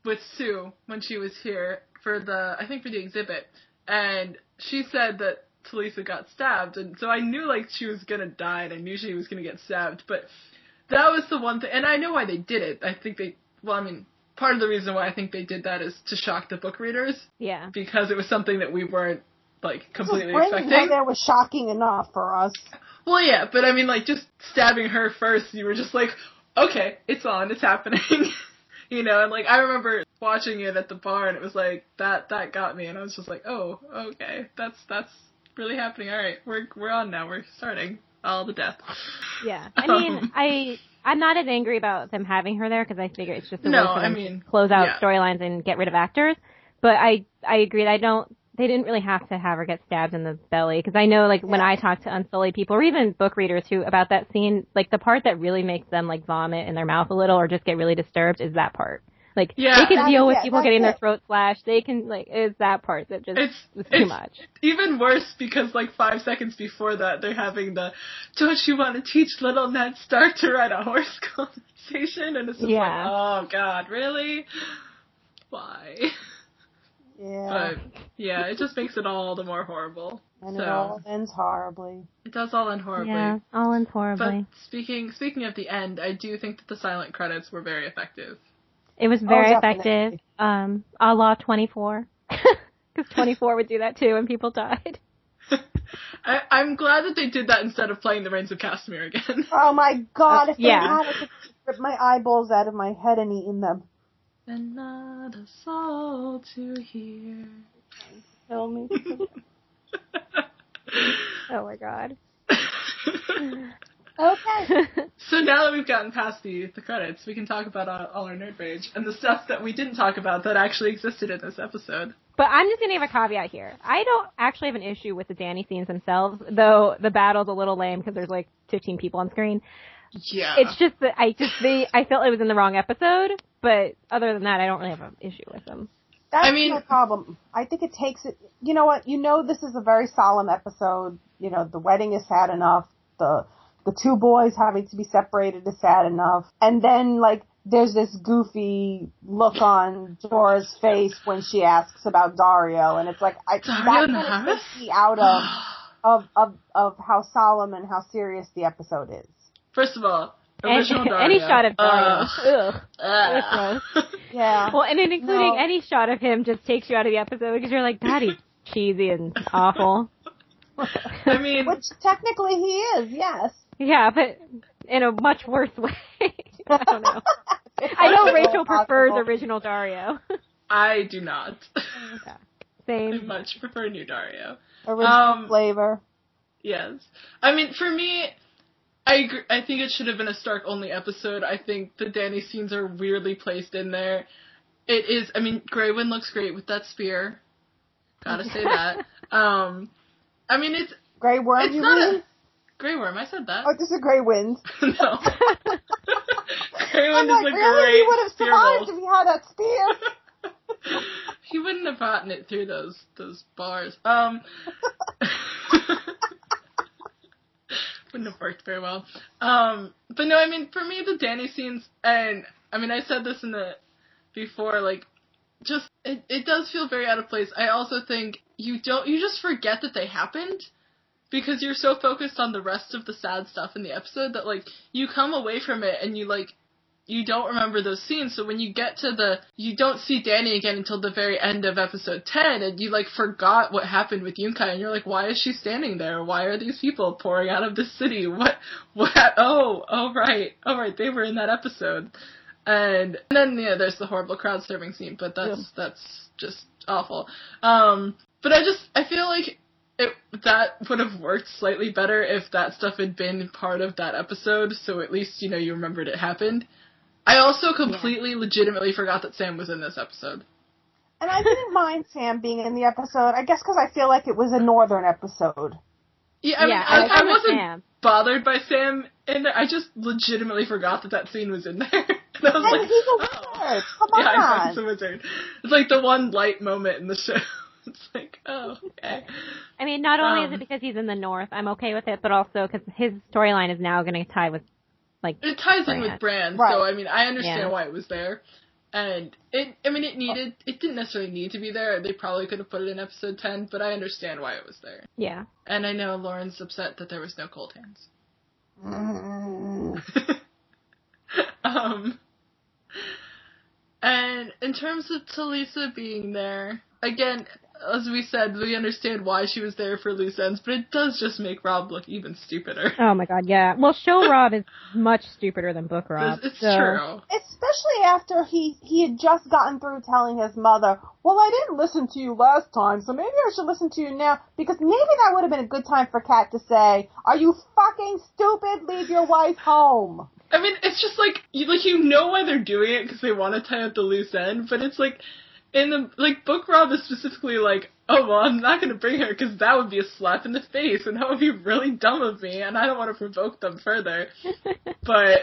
S4: with Sue when she was here for the I think for the exhibit, and she said that Talisa got stabbed, and so I knew like she was gonna die, and I knew she was gonna get stabbed, but that was the one thing, and I know why they did it. I think they well, I mean, part of the reason why I think they did that is to shock the book readers
S5: yeah.
S4: because it was something that we weren't like completely
S3: Bringing her
S4: expecting.
S3: there was shocking enough for us.
S4: Well, yeah, but I mean, like just stabbing her first, you were just like, okay, it's on, it's happening, *laughs* you know. And like I remember watching it at the bar, and it was like that that got me, and I was just like, oh, okay, that's that's really happening. All right, we're we're on now. We're starting all the death. *laughs*
S5: Yeah, I mean,
S4: Um,
S5: I I'm not as angry about them having her there because I figure it's just a
S4: No,
S5: way for
S4: I
S5: them
S4: mean,
S5: to close out
S4: yeah.
S5: storylines and get rid of actors. But I I agree. that I don't. They didn't really have to have her get stabbed in the belly because I know, like, when I talk to Unsullied people or even book readers who about that scene, like the part that really makes them like vomit in their mouth a little or just get really disturbed is that part. Like
S4: Yeah.
S5: they can
S3: That-
S5: deal with
S3: yeah,
S5: people
S3: that's
S5: getting their
S3: it.
S5: throat slashed. They can like it's that part that just
S4: It's
S5: was too
S4: it's
S5: much.
S4: even worse because like five seconds before that they're having the don't you want to teach little Ned Stark to ride a horse *laughs* conversation and it's just
S5: Yeah.
S4: like oh god really why
S3: Yeah.
S4: but yeah it just makes it all the more horrible
S3: and
S4: so
S3: it all ends horribly.
S4: it does all end horribly
S5: Yeah, all ends
S4: but
S5: horribly.
S4: speaking speaking of the end I do think that the silent credits were very effective *laughs*
S5: It was very
S3: Oh, definitely.
S5: effective. Um, a *laughs* la 24. Because 24 would do that too, and people died.
S4: I, I'm glad that they did that instead of playing the Reigns of Castamere again.
S3: Oh my god, if
S5: yeah.
S3: they had, I could rip my eyeballs out of my head and eat them.
S4: and not a soul to hear. *laughs*
S3: Kill me.
S5: *laughs* Oh my god.
S3: okay.
S5: *laughs*
S4: so now that we've gotten past the, the credits, we can talk about all, all our nerd rage and the stuff that we didn't talk about that actually existed in this episode.
S5: But I'm just gonna have a caveat here. I don't actually have an issue with the Danny scenes themselves, though the battle's a little lame because there's like 15 people on screen.
S4: Yeah.
S5: It's just that I just they I felt it was in the wrong episode, but other than that, I don't really have an issue with them.
S3: That's
S4: I mean-
S3: no problem. I think it takes it. You know what? You know this is a very solemn episode. You know the wedding is sad enough. The the two boys having to be separated is sad enough. And then like there's this goofy look on Dora's face when she asks about Dario, and it's like I that
S4: Dario
S3: kind of
S4: Naharis?
S3: takes me out of,
S4: *gasps*
S3: of of of how solemn and how serious the episode is.
S4: First of all,
S5: Any,
S4: original Daria.
S5: any
S4: Uh,
S5: shot of
S4: Ugh.
S5: Dario. Ugh.
S4: Ugh.
S3: Yeah.
S5: *laughs* Well, and then including
S3: No.
S5: any shot of him just takes you out of the episode because you're like, that is
S4: *laughs*
S5: cheesy and awful.
S4: *laughs* I mean,
S3: Which technically he is, yes.
S5: Yeah, but in a much worse *laughs* way. I don't know. I know Rachel prefers
S3: Possible.
S5: original Dario. *laughs*
S4: I do not. I
S5: Same.
S4: much prefer New Dario.
S3: original
S4: um,
S3: flavor.
S4: Yes. I mean, for me, I agree. I think it should have been a Stark only episode. I think the Danny scenes are weirdly placed in there. It is. I mean, Grey Wind looks great with that spear. Gotta
S3: *laughs*
S4: say that. Um, I mean, it's
S3: Grey worm,
S4: it's
S3: you
S4: not
S3: mean?
S4: a Grey Worm. I said that.
S3: Oh, this is Grey
S4: *laughs*
S3: Wind. *laughs*
S4: no. Grey
S3: I'm
S4: Wind
S3: like,
S4: is a
S3: really?
S4: great
S3: He would have
S4: spear
S3: survived if
S4: wolf.
S3: he had that
S4: *laughs*
S3: spear.
S4: he wouldn't have gotten it through those those bars. Um, *laughs* wouldn't have worked very well. Um, but no, I mean for me the Danny scenes, and I mean I said this in the before, like just it it does feel very out of place. I also think you don't you just forget that they happened. Because you're so focused on the rest of the sad stuff in the episode that like you come away from it and you like you don't remember those scenes. So when you get to the, you don't see Danny again until the very end of episode 10, and you like forgot what happened with Yunkai, and you're like, why is she standing there? Why are these people pouring out of this city? *laughs* What, what, oh, oh right, oh right, they were in that episode. And, and then, yeah, there's the horrible crowd serving scene, but that's, that's just awful. Um, but I just, I feel like it, that would have worked slightly better if that stuff had been part of that episode, so at least, you know, you remembered it happened. I also completely legitimately forgot that Sam was in this episode.
S3: And I didn't mind Sam being in the episode, I guess because I feel like it was a northern episode.
S4: Yeah, I, mean,
S5: Yeah, I
S4: I,
S5: was
S4: I,
S5: with
S4: wasn't
S5: Sam.
S4: bothered by Sam in there. I just legitimately forgot that that scene was in there. *laughs* and I was
S3: And
S4: *laughs* like,
S3: he's a
S4: oh.
S3: wizard. Come
S4: yeah, I know,
S3: on.
S4: he's a wizard. It's like the one light moment in the show. *laughs* It's like, oh, okay.
S5: I mean, not only is
S4: Um,
S5: it because he's in the north, I'm okay with it, but also because his storyline is now going to tie with, like,
S4: It ties in with Brand,
S5: Brand.
S4: so
S3: Right.
S4: I mean, I understand
S5: Yeah.
S4: why it was there. And it, I mean, it needed, it didn't necessarily need to be there. They probably could have put it in episode 10, but I understand why it was there.
S5: yeah.
S4: And I know Lauren's upset that there was no cold hands.
S3: Mm.
S4: *laughs* um, and in terms of Talisa being there, again, as we said, we understand why she was there for loose ends, but it does just make Rob look even stupider.
S5: Oh my god, yeah. Well, show Rob is much stupider than book Rob.
S4: It's, it's
S5: so-
S4: true.
S3: Especially after he he had just gotten through telling his mother, "Well, I didn't listen to you last time, so maybe I should listen to you now." Because maybe that would have been a good time for Kat to say, "Are you fucking stupid? Leave your wife home."
S4: I mean, it's just like you, like you know why they're doing it because they want to tie up the loose end, but it's like in the like book Rob is specifically like, oh well, I'm not gonna bring her because that would be a slap in the face and that would be really dumb of me, and I don't want to provoke them further. but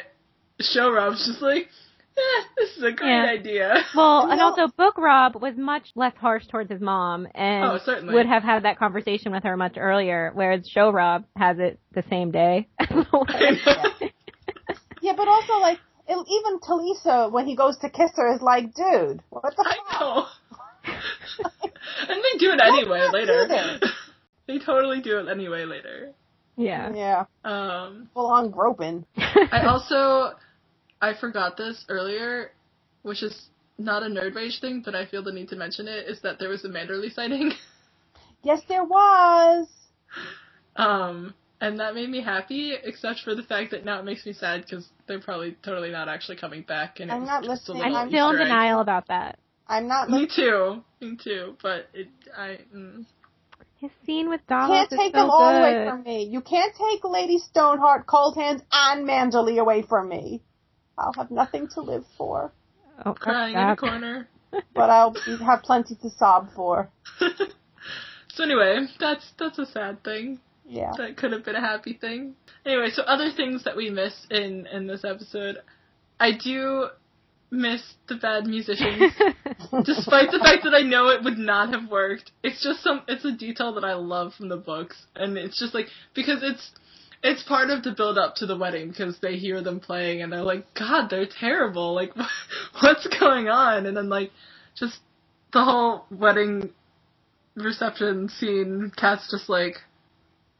S4: show Rob's just like, eh, this is a great
S5: Yeah.
S4: idea.
S5: Well, and
S3: No.
S5: also Book Rob was much less harsh towards his mom and
S4: Oh, certainly.
S5: would have had that conversation with her much earlier, whereas Show Rob has it the same day. *laughs*
S3: Yeah, but also like it, even Talisa when he goes to kiss her is like, "Dude, what the
S4: *laughs* I
S3: fuck?"
S4: know. and they do it anyway
S3: not do
S4: later.
S3: this?
S4: *laughs* they totally do it anyway later.
S5: yeah.
S3: Yeah,
S4: Um.
S3: full on groping.
S4: I also I forgot this earlier, which is not a nerd rage thing, but I feel the need to mention it, is that there was a Manderley sighting.
S3: Yes, there was.
S4: *laughs* Um, and that made me happy, except for the fact that now it makes me sad because they're probably totally not actually coming back. And it
S3: I'm
S4: was
S3: not
S4: just a
S3: listening.
S4: little
S5: I'm
S3: I'm
S5: still in
S4: Easter egg.
S5: denial about that.
S3: I'm not.
S4: Me too. Me too. But it, I. Mm.
S5: His scene with
S3: You
S5: Donald
S3: can't
S5: is
S3: take
S5: so
S3: them all away
S5: good.
S3: from me. You can't take Lady Stoneheart, Cold Hands, and Manderley away from me. I'll have nothing to live for,
S5: Oh, that
S4: crying in a
S5: sucks.
S4: corner.
S3: but I'll be, have plenty to sob for.
S4: so anyway, that's that's a sad thing.
S3: Yeah.
S4: That could have been a happy thing. Anyway, so other things that we miss in in this episode, I do miss the bad musicians, despite the fact that I know it would not have worked. It's just some it's a detail that I love from the books, and it's just like because it's. It's part of the build up to the wedding because they hear them playing and they're like, God, they're terrible. Like, *laughs* what's going on? And then like, just the whole wedding reception scene, Kat's just like,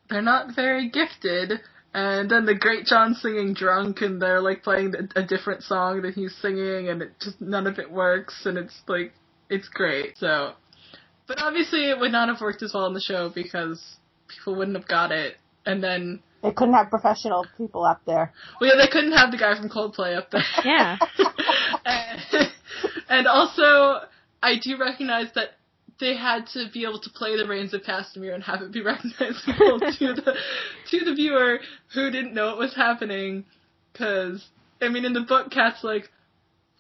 S4: they're not very gifted. And then the Great John singing drunk, and they're like playing a, a different song that he's singing, and it just none of it works, and it's like it's great. So, but obviously it would not have worked as well in the show because people wouldn't have got it. And then,
S3: They couldn't have professional people up there.
S4: well, yeah, they couldn't have the guy from Coldplay up there. *laughs*
S5: yeah.
S4: and, *laughs* and also, I do recognize that they had to be able to play the reigns of Castamere and have it be *laughs* recognizable to the to the viewer who didn't know it was happening. Because I mean, in the book, Cat's like,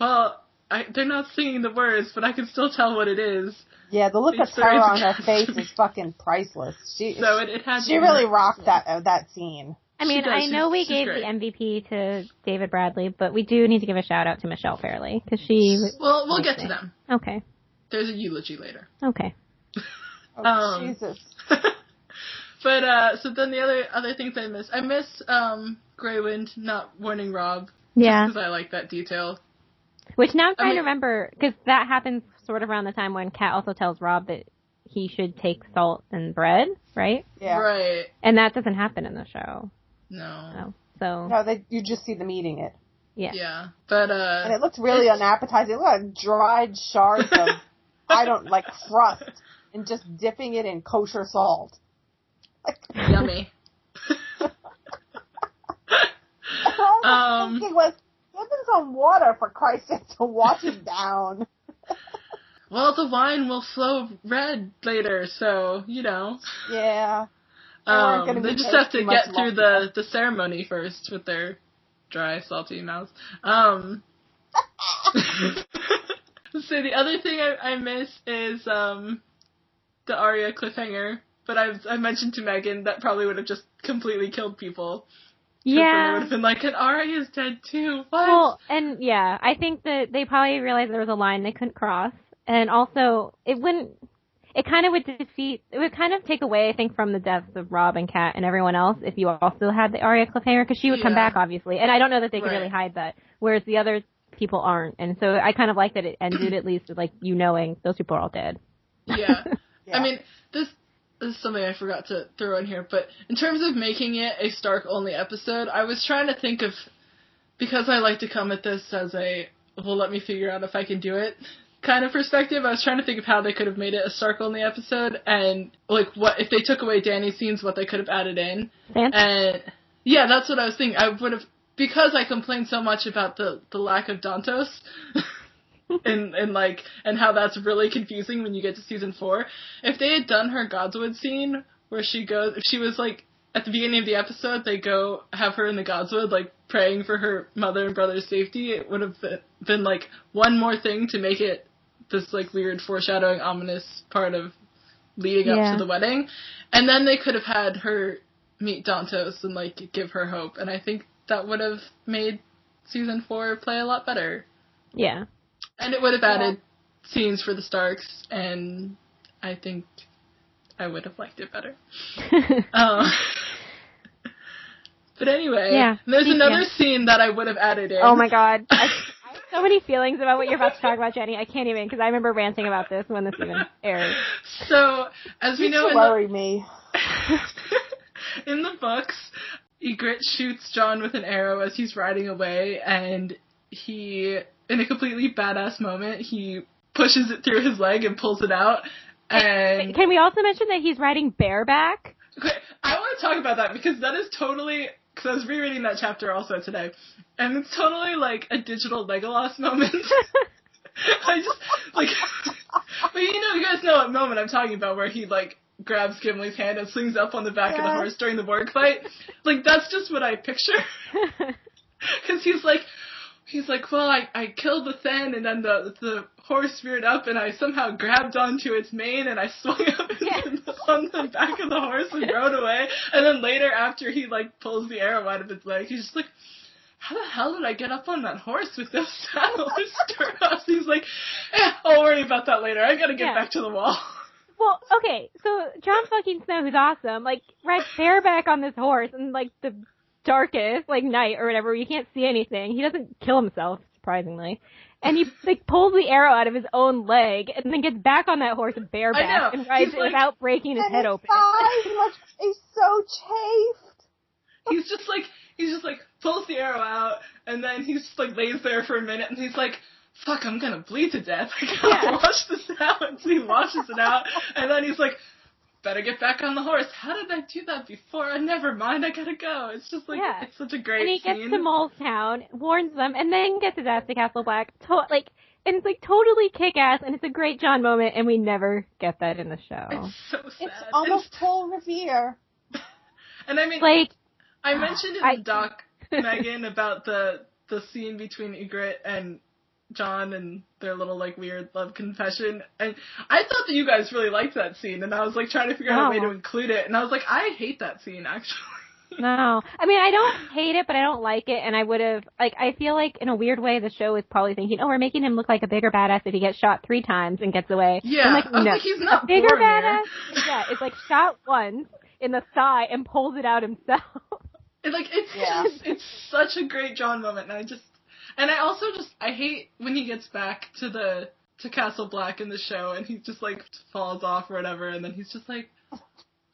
S4: "Well, I, they're not singing the words, but I can still tell what it is."
S3: Yeah, the look of
S4: It's very
S3: terror on her face
S4: disgusting.
S3: is fucking priceless. She
S4: *laughs* So it, it had.
S3: she
S4: to be
S3: really
S4: recognizable.
S3: rocked that uh, that scene.
S5: I mean,
S4: does.
S5: I
S4: She's-
S5: know we
S4: she's
S5: gave
S4: great.
S5: the MVP to David Bradley, but we do need to give a shout out to Michelle Fairley because she.
S4: Well, we'll get to them.
S5: Okay.
S4: There's a eulogy later.
S5: Okay.
S3: Oh,
S4: Um,
S3: Jesus.
S4: but uh, so then the other other things I miss, I miss um, Grey Wind not warning Rob
S5: Yeah.
S4: because I like that detail.
S5: Which now I'm trying
S4: mean-
S5: to remember because that happens sort of around the time when Kat also tells Rob that he should take salt and bread, right?
S3: Yeah.
S4: Right.
S5: And that doesn't happen in the show.
S4: No.
S5: So, so
S3: No, they, you just see them eating it,
S5: yeah.
S4: Yeah. But
S3: and
S4: uh
S3: it looked really unappetizing. Look at dried shards
S4: *laughs*
S3: of I don't like crust, and just dipping it in kosher salt. Like,
S4: yummy.
S3: all I was
S4: Um,
S3: thinking was, give them some water for Christ's sake to wash
S4: *laughs*
S3: it down.
S4: Well the wine will flow red later, so you know.
S3: Yeah, weren't Oh, gonna
S4: Um,
S3: be
S4: they just
S3: tasty
S4: have to
S3: much
S4: get through the, the ceremony first with their dry, salty mouths. Um, *laughs* so the other thing I, I miss is um, the Arya cliffhanger. But I've, I mentioned to Megan that probably would have just completely killed people. 'Cause then They would
S5: Yeah.
S4: have been like, and Arya's dead too. What?
S5: Well, and yeah, I think that they probably realized there was a line they couldn't cross, and also it wouldn't. It kind of would defeat. It would kind of take away, I think, from the deaths of Rob and Kat and everyone else if you also had the Arya cliffhanger because she would come
S4: Yeah.
S5: back, obviously. And I don't know that they could
S4: Right.
S5: really hide that, whereas the other people aren't. And so I kind of like that it ended at least with, like you knowing those people are all dead.
S4: yeah.
S3: Yeah.
S4: I mean, this, this is something I forgot to throw in here, but in terms of making it a Stark only episode, I was trying to think of because I like to come at this as a well, let me figure out if I can do it kind of perspective. I was trying to think of how they could have made it a Stark only episode, and like what if they took away Danny's scenes, what they could have added in.
S5: Sansa?
S4: And Uh, yeah, that's what I was thinking. I would have because I complained so much about the the lack of Dantos. And and like and how that's really confusing when you get to season four. If they had done her Godswood scene where she goes, if she was like at the beginning of the episode, they go have her in the Godswood like praying for her mother and brother's safety. It would have been, been like one more thing to make it this like weird foreshadowing ominous part of leading up
S5: Yeah.
S4: to the wedding, and then they could have had her meet Dantos and like give her hope, and I think that would have made season four play a lot better,
S5: Yeah.
S4: and it would have added scenes for the Starks, and I think I would have liked it
S5: *laughs*
S4: better. Um, but anyway,
S5: Yeah.
S4: there's
S5: Yeah.
S4: another scene that I would have added in.
S5: Oh my god. *laughs* I, I have so many feelings about what you're about to talk about, Jenny. I can't even because I remember ranting about this when this even aired.
S4: So as we
S3: you
S4: know, in the,
S3: worry me.
S4: *laughs* in the books, Egret shoots John with an arrow as he's riding away, and he, in a completely badass moment, he pushes it through his leg and pulls it out. And
S5: Can we also mention that he's riding bareback?
S4: Okay, I want to talk about that because that is totally. Because I was rereading that chapter also today, and it's totally like a digital Legolas moment. *laughs* I just like, *laughs* but you know, you guys know what moment I'm talking about where he like grabs Gimli's hand and swings up on the back of the
S3: Yes.
S4: horse during the Borg fight. Like that's just what I picture. *laughs* Because he's like, he's like, well, I, I killed the Thin, and then the the horse reared up, and I somehow grabbed onto its mane, and I *laughs* swung up on the back of the horse and rode away. And then later, after he like pulls the arrow out of its leg, he's just like. How the hell did I get up on that horse with those *laughs* saddle stirrups? He's like, eh, I'll worry about that later. I gotta get
S5: Yeah.
S4: back to the wall. *laughs*
S5: Well, okay, so John fucking Snow, who's awesome, like rides bareback on this horse in like the darkest like night or whatever. Where you can't see anything. He doesn't kill himself, surprisingly, and he like pulls the arrow out of his own leg and then gets back on that horse
S4: I know.
S5: bareback and rides
S4: He's
S5: it
S4: like-
S5: without breaking his
S3: and
S5: head
S3: his
S5: open.
S3: thighs look, he's so chafed.
S4: he's just like he's just like pulls the arrow out and then he's just like lays there for a minute and he's like fuck i'm gonna bleed to death *laughs* i gotta wash this out so he washes it out and then he's like better get back on the horse how did i do that before and never mind i gotta go it's just like
S5: Yeah.
S4: it's such a great
S5: and he
S4: scene
S5: gets to Molestown, warns them, and then gets his ass to Castle Black. To- like, and it's like totally kick ass, and it's a great John moment, and we never get that in the show.
S4: it's so sad
S3: It's almost Paul Revere.
S4: and i mean
S5: Like,
S4: I mentioned in
S5: I-
S4: the doc, Megan, about the the scene between Ygritte and John and their little like weird love confession, and I thought that you guys really liked that scene, and I was like trying to figure out a way
S5: No.
S4: to include it, and I was like, I hate that scene actually.
S5: no, I mean, I don't hate it, but I don't like it, and I would have like, I feel like in a weird way, the show is probably thinking, oh, we're making him look like a bigger badass if he gets shot three times and gets away.
S4: Yeah,
S5: I'm like,
S4: I was
S5: no,
S4: like, he's not
S5: bigger
S4: Boromir.
S5: badass. Yeah, it's like shot once in the thigh and pulls it out himself. *laughs*
S4: It, like it's
S3: Yeah.
S4: just *laughs* it's such a great John moment, and I just and I also just I hate when he gets back to the to Castle Black in the show, and he just like falls off or whatever, and then he's just like,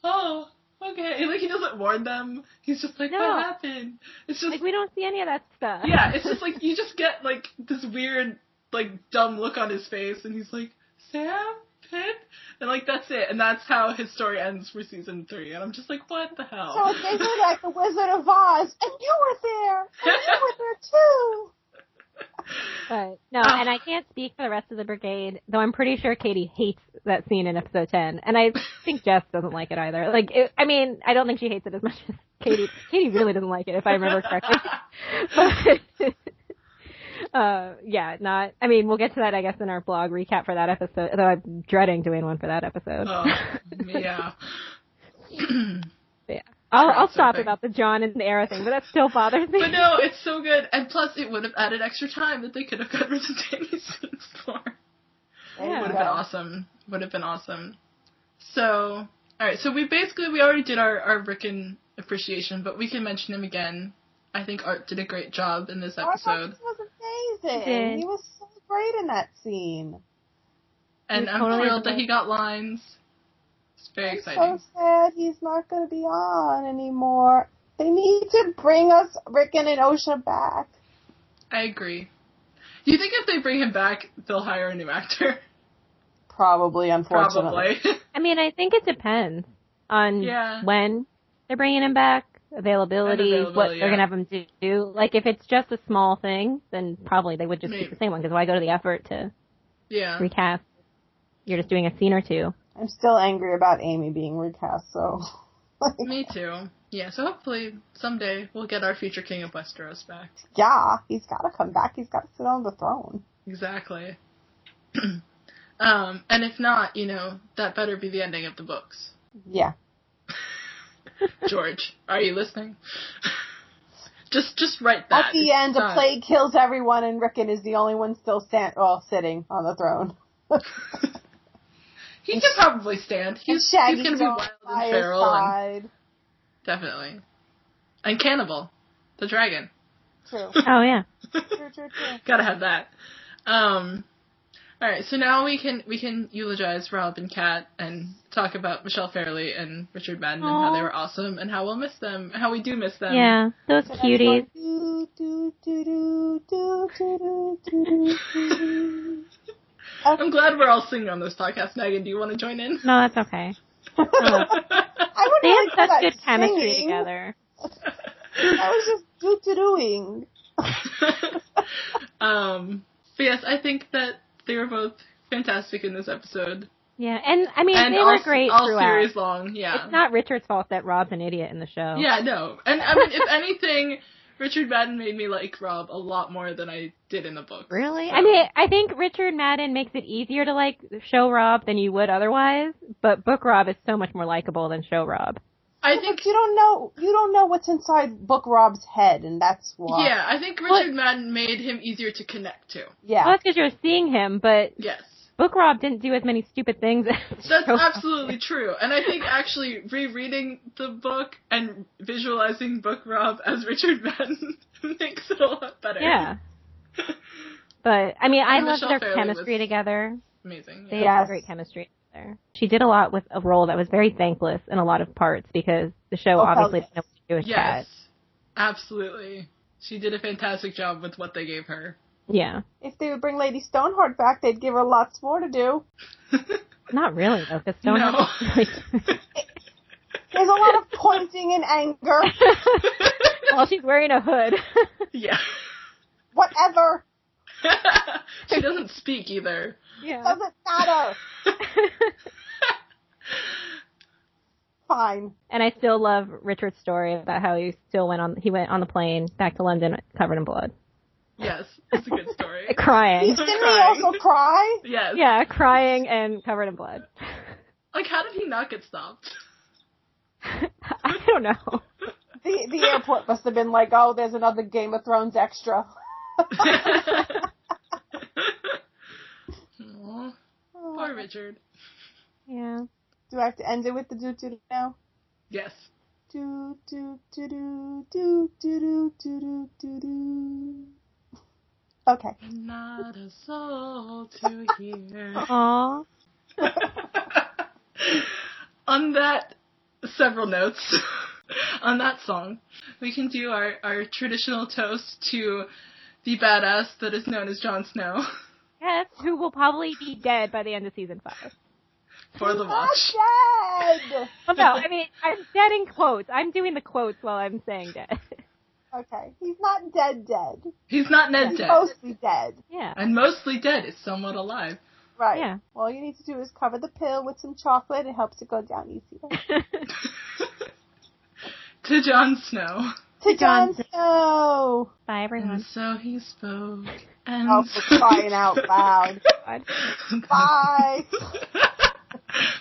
S4: oh. Okay, like he doesn't warn them. He's just like,
S5: No.
S4: "What happened?" It's just
S5: like, we don't see any of that stuff.
S4: yeah, it's just like you just get like this weird, like dumb look on his face, and he's like, "Sam, Pip," and like that's it, and that's how his story ends for season three. And I'm just like, "What the hell?"
S3: So it's basically like the Wizard of Oz, and you were there, and
S4: *laughs*
S3: you were there too.
S5: But no,
S4: Ah.
S5: and I can't speak for the rest of the brigade, though I'm pretty sure Katie hates that scene in episode 10. And I think Jess doesn't like it either. Like, it, I mean, I don't think she hates it as much as Katie. Katie really doesn't like it, if I remember
S4: *laughs*
S5: correctly. but, *laughs* uh, yeah, not, I mean, we'll get to that, I guess, in our blog recap for that episode, though I'm dreading doing one for that episode.
S4: Oh, yeah.
S5: But yeah. I'll, I'll
S4: Right,
S5: stop
S4: something.
S5: about the John and the arrow thing, but that still bothers me.
S4: But no, it's so good. And plus, it would have added extra time that they could have gotten rid of Danny Sims for.
S3: There
S5: Yeah.
S3: you
S4: Would have
S3: go.
S4: been awesome. Would have been awesome. So, alright, so we basically, we already did our, our Rickon appreciation, but we can mention him again. I think Art did a great job in this episode.
S3: This was
S5: He did.
S3: amazing. He was so great in that scene.
S4: And
S5: He
S4: I'm
S5: totally
S4: thrilled that
S5: did.
S4: he got lines. It's very
S3: I'm
S4: exciting.
S3: so sad he's not going to be on anymore. They need to bring us Rickon and Osha back.
S4: I agree. Do you think if they bring him back, they'll hire a new actor?
S3: Probably, unfortunately.
S4: Probably. *laughs*
S5: I mean, I think it depends on
S4: Yeah.
S5: when they're bringing him back,
S4: And
S5: availability,
S4: availability,
S5: what they're
S4: yeah.
S5: going to have him do- do. Like, if it's just a small thing, then probably they would just
S4: Maybe.
S5: keep the same one, because why go to the effort to
S4: yeah.
S5: recast? You're just doing a scene or two.
S3: I'm still angry about Amy being recast, so.
S4: Me too. Yeah, so hopefully someday we'll get our future king of Westeros back.
S3: yeah, he's got to come back. He's got to sit on the throne.
S4: Exactly. *clears throat* um, and if not, you know, that better be the ending of the books.
S3: Yeah. *laughs*
S4: George, are you listening? *laughs* just just write that.
S3: At the
S4: It's
S3: end, a
S4: done.
S3: plague kills everyone, and Rickon is the only one still stand- well, sitting on the throne.
S4: He can probably stand.
S3: And
S4: He's, he's
S3: Shaggy's
S4: gonna be
S3: on
S4: wild
S3: by
S4: and
S3: his
S4: feral and
S3: side.
S4: definitely. And cannibal. The dragon.
S3: True.
S4: *laughs*
S5: Oh, yeah.
S3: True, true, true.
S4: Gotta have that. Um, all right, so now we can we can eulogize Rob and Kat and talk about Michelle Fairley and Richard Madden and how
S5: Aw.
S4: they were awesome and how we'll miss them, how we do miss them.
S5: yeah, those
S3: So that's
S5: cuties.
S3: going do, do, do, do, do, do, do, do, do, do.
S5: *laughs*
S4: I'm glad we're all singing on this podcast. Megan, do you want to join in?
S5: No, that's okay.
S3: I would
S5: They
S3: really call
S5: have such
S3: that
S5: good chemistry
S3: singing.
S5: together.
S3: That was just doo doo doing.
S4: um, but yes, I think that they were both fantastic in this episode.
S5: Yeah, and I mean
S4: and
S5: they
S4: all,
S5: were great
S4: all
S5: throughout.
S4: series long, yeah.
S5: It's not Richard's fault that Rob's an idiot in the show.
S4: yeah, no. And I mean, if anything, Richard Madden made me like Rob a lot more than I did in the book.
S5: Really?
S4: So-
S5: I mean, I think Richard Madden makes it easier to like show Rob than you would otherwise, but Book Rob is so much more likable than show Rob.
S4: I
S3: But
S4: think,
S3: you don't know you don't know what's inside Book Rob's head, and that's why.
S4: yeah, I think Richard Madden made him easier to connect to.
S3: Yeah.
S5: Well, that's because you're seeing him, but
S4: Yes.
S5: Book Rob didn't do as many stupid things. As *laughs*
S4: That's
S5: show Rob.
S4: absolutely true. And I think actually rereading the book and visualizing Book Rob as Richard Madden *laughs* makes it a lot better.
S5: Yeah. But I mean, I
S4: And
S5: love
S4: Michelle
S5: their
S4: Fairley
S5: chemistry
S4: was-
S5: together.
S4: Amazing.
S5: They
S4: Yeah.
S5: had
S3: Yes.
S5: great chemistry together. She did a lot with a role that was very thankless in a lot of parts because the show
S3: Oh, hell
S5: obviously
S3: yes.
S5: didn't know what to do with
S4: Yes.
S5: Chad.
S4: Absolutely. She did a fantastic job with what they gave
S5: *laughs*
S4: her.
S5: Yeah.
S3: If they would bring Lady Stoneheart back, they'd give her lots more to do.
S5: Not really though, because
S4: No.
S5: don't *laughs*
S3: There's a lot of pointing and
S5: *laughs*
S3: anger.
S5: well, she's wearing a hood. *laughs*
S4: yeah. *laughs*
S3: Whatever
S4: she doesn't speak either.
S5: yeah.
S3: doesn't matter. Fine.
S5: And I still love Richard's story about how he still went on. He went on the plane back to London covered in blood,
S4: Yes, it's a good
S5: *laughs*
S4: story.
S5: crying.
S3: Didn't
S4: crying.
S3: he also cry?
S4: Yes.
S5: yeah, crying and covered in blood. *laughs*
S4: Like, how did he not get stopped?
S5: I don't know.
S3: The the airport must have been like, oh, there's another Game of Thrones extra. *laughs*
S4: Aw, poor Richard.
S5: Yeah.
S3: Do I have to end it with the doo doo now?
S4: Yes.
S3: Do do do do do do do do do do. Okay.
S4: Not a soul to hear.
S5: Aw.
S4: *laughs* on that several notes *laughs* on that song we can do our, our traditional toast to the badass that is known as Jon Snow *laughs*
S5: Yes, who will probably be dead by the end of season five.
S4: for the
S3: Not
S4: watch
S3: dead.
S5: Well, no, I mean I'm dead in quotes. I'm doing the quotes while I'm saying dead.
S3: Okay. He's not dead dead.
S4: he's not Ned
S3: He's
S4: dead
S3: mostly dead.
S5: *laughs* Yeah.
S4: and mostly dead is somewhat alive
S3: Right.
S5: Yeah.
S3: All you need to do is cover the pill with some chocolate. It helps it go down
S4: *laughs*
S3: easier.
S4: to Jon Snow
S3: to Jon
S5: Johnson.
S3: Snow.
S5: Bye
S4: and
S5: everyone.
S4: so he spoke and
S3: Oh, for crying out loud.
S5: *laughs* God.
S3: Bye.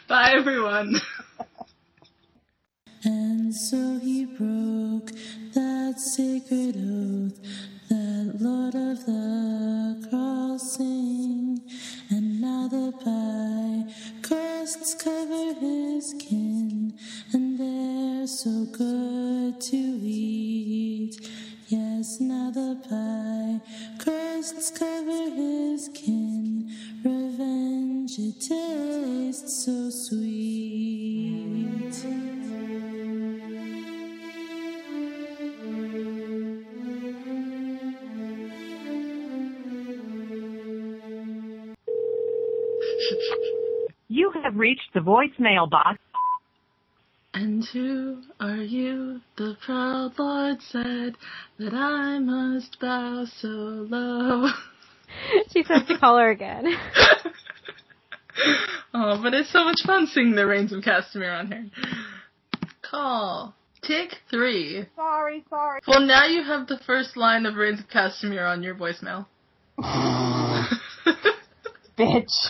S4: bye everyone *laughs*
S2: And so he broke that sacred oath, that Lord of the Crossing. And now the pie crusts cover his kin, and they're so good to eat. Yes, now the pie crusts cover his kin, revenge it tastes so sweet.
S6: You have reached the voicemail box.
S4: And who are you? The proud lord said that I must bow so low. *laughs*
S5: She says to call her again.
S4: oh, but it's so much fun seeing the reigns of Castamere on here. Call. Tick three.
S3: sorry, sorry.
S4: Well, now you have the first line *laughs* of Reigns of Castamere on your voicemail.
S3: Bitch.